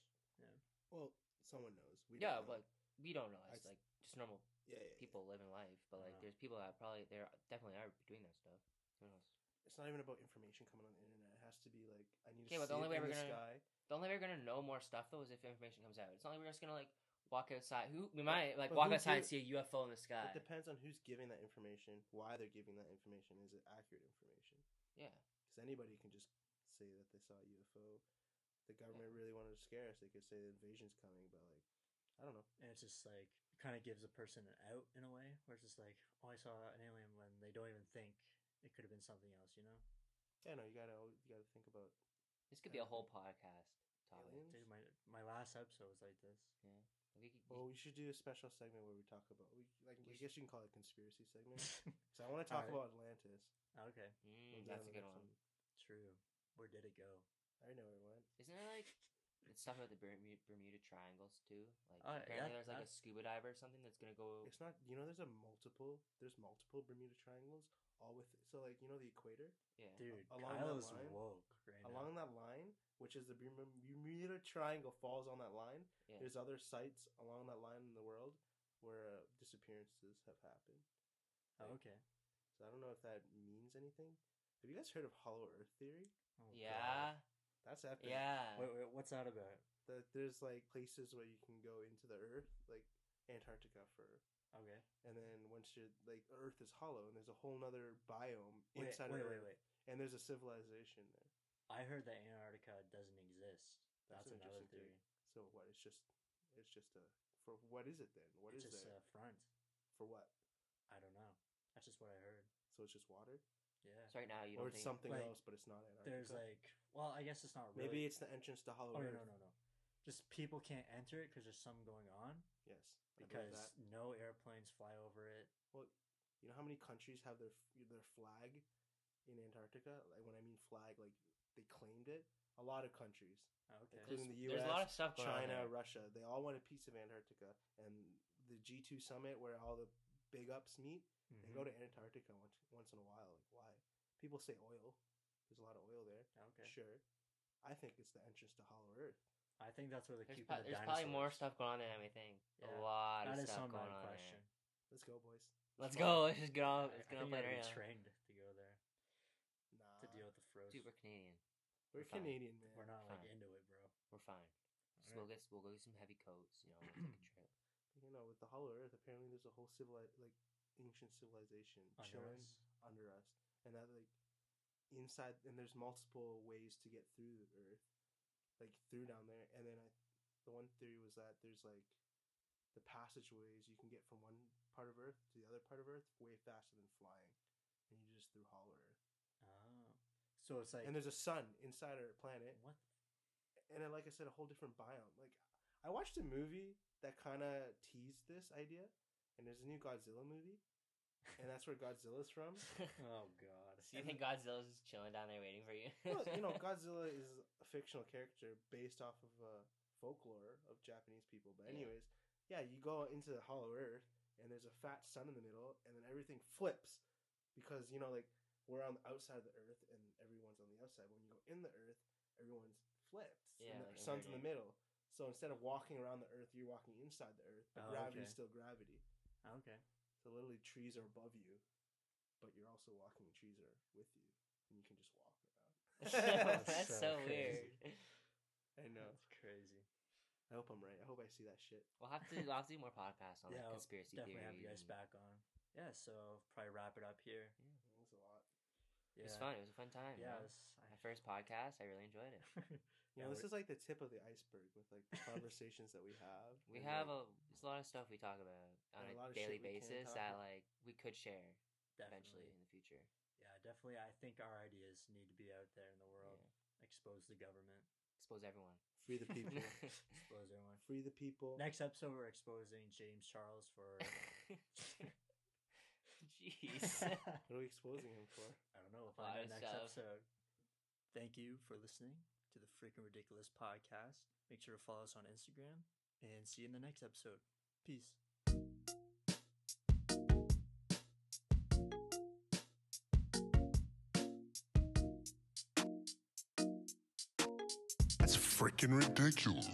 Speaker 3: Well, someone knows. We
Speaker 2: yeah,
Speaker 3: don't know.
Speaker 2: but we don't know. It's
Speaker 3: I s- Eh.
Speaker 2: like just normal
Speaker 3: yeah, yeah, yeah.
Speaker 2: people living life, but like
Speaker 1: Yeah.
Speaker 2: there's people that probably they're definitely are doing that stuff. Who knows?
Speaker 3: It's not even about information coming on the internet. It has to be like I need
Speaker 2: Okay,
Speaker 3: to
Speaker 2: but the
Speaker 3: see
Speaker 2: only
Speaker 3: it
Speaker 2: way
Speaker 3: in
Speaker 2: we're
Speaker 3: the
Speaker 2: gonna-
Speaker 3: sky.
Speaker 2: The only way we're gonna know more stuff though is if information comes out. It's not like we're just gonna like walk outside. Who we might like
Speaker 3: but
Speaker 2: walk
Speaker 3: who
Speaker 2: outside and
Speaker 3: gives-
Speaker 2: see a UFO in the sky.
Speaker 3: It depends on who's giving that information, why they're giving that information. Is it accurate information?
Speaker 2: yeah,
Speaker 3: Because anybody can just say that they saw a UFO. The government really wanted to scare us. They could say the invasion's coming, but like I don't know.
Speaker 1: and it's just like kind of gives a person an out in a way, where it's just like, oh, I saw an alien when they don't even think it could have been something else, you know?
Speaker 3: Yeah, no, you gotta al- you gotta think about
Speaker 2: this could be a whole podcast topic.
Speaker 3: Aliens?
Speaker 1: Dude, my my last episode was like this.
Speaker 2: Yeah, We could,
Speaker 3: Well, we should do a special segment where we talk about. We like.
Speaker 2: We
Speaker 3: I
Speaker 2: should-
Speaker 3: guess you can call it conspiracy segment. Because I want to talk
Speaker 1: Alright.
Speaker 3: about Atlantis.
Speaker 1: [laughs] Okay,
Speaker 2: mm,
Speaker 3: We'll do
Speaker 2: that's a
Speaker 3: that
Speaker 2: good
Speaker 3: next
Speaker 2: one.
Speaker 1: true. Where did it go?
Speaker 3: I know where it went.
Speaker 2: Isn't there like it's stuff about the Bermuda, Bermuda Triangles too? Like
Speaker 1: Oh, yeah,
Speaker 2: apparently there's like
Speaker 1: I-
Speaker 2: a scuba diver or something that's gonna go.
Speaker 3: It's not. You know, there's a multiple. There's multiple Bermuda Triangles, all with. So like, you know, the equator
Speaker 2: Yeah.
Speaker 1: Dude,
Speaker 3: along that
Speaker 1: Kyle's
Speaker 3: line-
Speaker 1: woke right
Speaker 3: along
Speaker 1: now.
Speaker 3: that line, which is the Bermu- Bermuda Triangle, falls on that line.
Speaker 2: Yeah.
Speaker 3: There's other sites along that line in the world where uh, disappearances have happened.
Speaker 1: Oh, okay.
Speaker 3: So I don't know if that means anything. Have you guys heard of Hollow Earth theory?
Speaker 1: Oh,
Speaker 2: yeah.
Speaker 3: That's epic.
Speaker 2: Yeah.
Speaker 1: God. Wait, wait, what's that about?
Speaker 3: That there's like places where you can go into the Earth, like Antarctica for,
Speaker 1: Okay.
Speaker 3: and then once you're like the Earth is hollow, and there's a whole nother biome
Speaker 1: Wait,
Speaker 3: inside
Speaker 1: wait,
Speaker 3: of
Speaker 1: wait,
Speaker 3: Earth,
Speaker 1: wait.
Speaker 3: and there's a civilization there.
Speaker 1: I heard that Antarctica doesn't exist.
Speaker 3: That's
Speaker 1: That's,
Speaker 3: an
Speaker 1: another theory.
Speaker 3: interesting theory. So what? It's just, it's just a for what is it then? What is
Speaker 1: it's just
Speaker 3: there
Speaker 1: a front.
Speaker 3: for what?
Speaker 1: I don't know. That's just what I heard.
Speaker 3: So it's just water,
Speaker 1: Yeah.
Speaker 2: So right now you
Speaker 3: or
Speaker 2: don't think
Speaker 3: it's something
Speaker 1: like,
Speaker 3: else, but it's not Antarctica.
Speaker 1: There's like, well, I guess it's not really.
Speaker 3: maybe it's the entrance to Hollow
Speaker 1: Oh no,
Speaker 3: Earth.
Speaker 1: no, no, no. Just people can't enter it because there's something going on
Speaker 3: Yes, I believe
Speaker 1: because
Speaker 3: that.
Speaker 1: no airplanes fly over it.
Speaker 3: Well, you know how many countries have their f- their flag in Antarctica? Like when I mean flag, like they claimed it. A lot of countries,
Speaker 1: Okay.
Speaker 2: there's,
Speaker 3: including the
Speaker 2: there's a lot of
Speaker 3: US,
Speaker 2: stuff going on
Speaker 3: China,
Speaker 1: uh,
Speaker 2: there.
Speaker 3: Russia, they all want a piece of Antarctica. And the G2 summit where all the big ups meet, they
Speaker 1: Mhm.
Speaker 3: go to Antarctica once once in a while. Like why? People say oil. There's a lot of oil there.
Speaker 2: [laughs]
Speaker 1: Okay.
Speaker 3: Sure. I think it's the entrance to Hollow Earth.
Speaker 1: I think that's where the
Speaker 2: There's,
Speaker 1: cupid
Speaker 2: pro-
Speaker 1: of
Speaker 2: there's probably more
Speaker 1: dinosaurs-
Speaker 2: stuff going on than we think.
Speaker 1: Yeah.
Speaker 2: A lot
Speaker 1: That
Speaker 2: of
Speaker 1: is
Speaker 2: stuff
Speaker 1: some
Speaker 2: going
Speaker 1: mad
Speaker 2: on
Speaker 1: question.
Speaker 2: there.
Speaker 3: Let's go, boys.
Speaker 2: Let's
Speaker 3: Fun.
Speaker 2: go. Let's just get on.
Speaker 1: I- I
Speaker 2: Let's
Speaker 1: think I
Speaker 2: get on play
Speaker 1: would be
Speaker 2: right now.
Speaker 1: trained to go there
Speaker 3: Nah.
Speaker 1: to deal with the froze.
Speaker 2: Dude, we're Canadian.
Speaker 3: We're
Speaker 2: We're fine.
Speaker 3: Canadian, man.
Speaker 1: We're not like
Speaker 2: Fine.
Speaker 1: into it, bro.
Speaker 2: We're fine. Just
Speaker 1: Alright.
Speaker 2: we'll get we'll go get some heavy coats. You know, we'll take a trip.
Speaker 3: You know, with the Hollow Earth, apparently there's a whole civili- like ancient civilization
Speaker 1: Under
Speaker 3: chilling
Speaker 1: us.
Speaker 3: under us, and that like inside, and there's multiple ways to get through the Earth, like through down there. And then I, the one theory was that there's like the passageways you can get from one part of Earth to the other part of Earth way faster than flying, and you just through Hollow Earth.
Speaker 1: Oh. So it's like
Speaker 3: and there's a sun inside our planet,
Speaker 1: what?
Speaker 3: and then, like I said, a whole different biome. Like I watched a movie that kind of teased this idea, and there's a new Godzilla movie, and that's where Godzilla's from.
Speaker 1: Oh god.
Speaker 2: so [laughs] you think Godzilla's just chilling down there waiting for you?
Speaker 3: Well, you
Speaker 2: [laughs]
Speaker 3: know, Godzilla is a fictional character based off of uh, folklore of Japanese people. But
Speaker 2: Yeah.
Speaker 3: anyways, yeah, you go into the Hollow Earth, and there's a fat sun in the middle, and then everything flips because you know, like we're on the outside of the Earth, and everyone's on the outside. When you go in the Earth, everyone's flipped.
Speaker 2: Yeah,
Speaker 3: and the
Speaker 2: like
Speaker 3: sun's in the
Speaker 2: inverted.
Speaker 3: middle. So instead of walking around the Earth, you're walking inside the Earth. But
Speaker 1: Oh,
Speaker 3: gravity's
Speaker 1: okay.
Speaker 3: still gravity.
Speaker 1: Okay.
Speaker 3: So literally, trees are above you, but you're also walking. Trees are with you, and you can just walk around.
Speaker 1: [laughs]
Speaker 2: [laughs]
Speaker 3: [laughs]
Speaker 1: That's
Speaker 2: that's so
Speaker 1: so
Speaker 2: weird.
Speaker 1: crazy.
Speaker 3: I know.
Speaker 2: [laughs]
Speaker 1: That's crazy.
Speaker 3: I hope I'm right. I hope I see that shit.
Speaker 2: We'll have to we'll have to do more podcasts on like,
Speaker 1: Yeah, I'll
Speaker 2: conspiracy
Speaker 1: Definitely
Speaker 2: theories.
Speaker 1: have you guys
Speaker 2: and-
Speaker 1: back on. Yeah. So probably wrap it up here.
Speaker 3: That's a lot.
Speaker 1: Yeah.
Speaker 2: It was fun. It was a fun time.
Speaker 1: Yeah.
Speaker 2: Yeah.
Speaker 1: this- I-
Speaker 2: My first podcast. I really enjoyed it.
Speaker 3: You
Speaker 1: Yeah,
Speaker 3: know, this
Speaker 1: we're-
Speaker 3: is like the tip of the iceberg with like
Speaker 2: [laughs]
Speaker 3: the conversations that we have.
Speaker 2: We
Speaker 3: and,
Speaker 2: have
Speaker 3: like,
Speaker 2: a there's a lot of stuff we talk about on a,
Speaker 3: And a lot of
Speaker 2: daily
Speaker 3: shit we
Speaker 2: basis
Speaker 3: can't talk
Speaker 2: that
Speaker 3: about.
Speaker 2: like we could share eventually
Speaker 1: definitely.
Speaker 2: in the future.
Speaker 1: Yeah, definitely. I think our ideas need to be out there in the world. Expose the government.
Speaker 2: Expose everyone.
Speaker 3: free the
Speaker 2: [laughs]
Speaker 3: people,
Speaker 1: Expose everyone.
Speaker 3: free the people.
Speaker 1: Next episode, we're exposing James Charles
Speaker 2: [laughs]
Speaker 1: for.
Speaker 2: [laughs] Jeez.
Speaker 3: What are we exposing him for?
Speaker 1: I don't know. We'll
Speaker 2: A lot
Speaker 1: find out
Speaker 2: of
Speaker 1: next
Speaker 2: stuff.
Speaker 1: episode. Thank you for listening to the Freaking Ridiculous podcast. Make sure to follow us on Instagram and see you in the next episode. Peace.
Speaker 5: That's freaking ridiculous.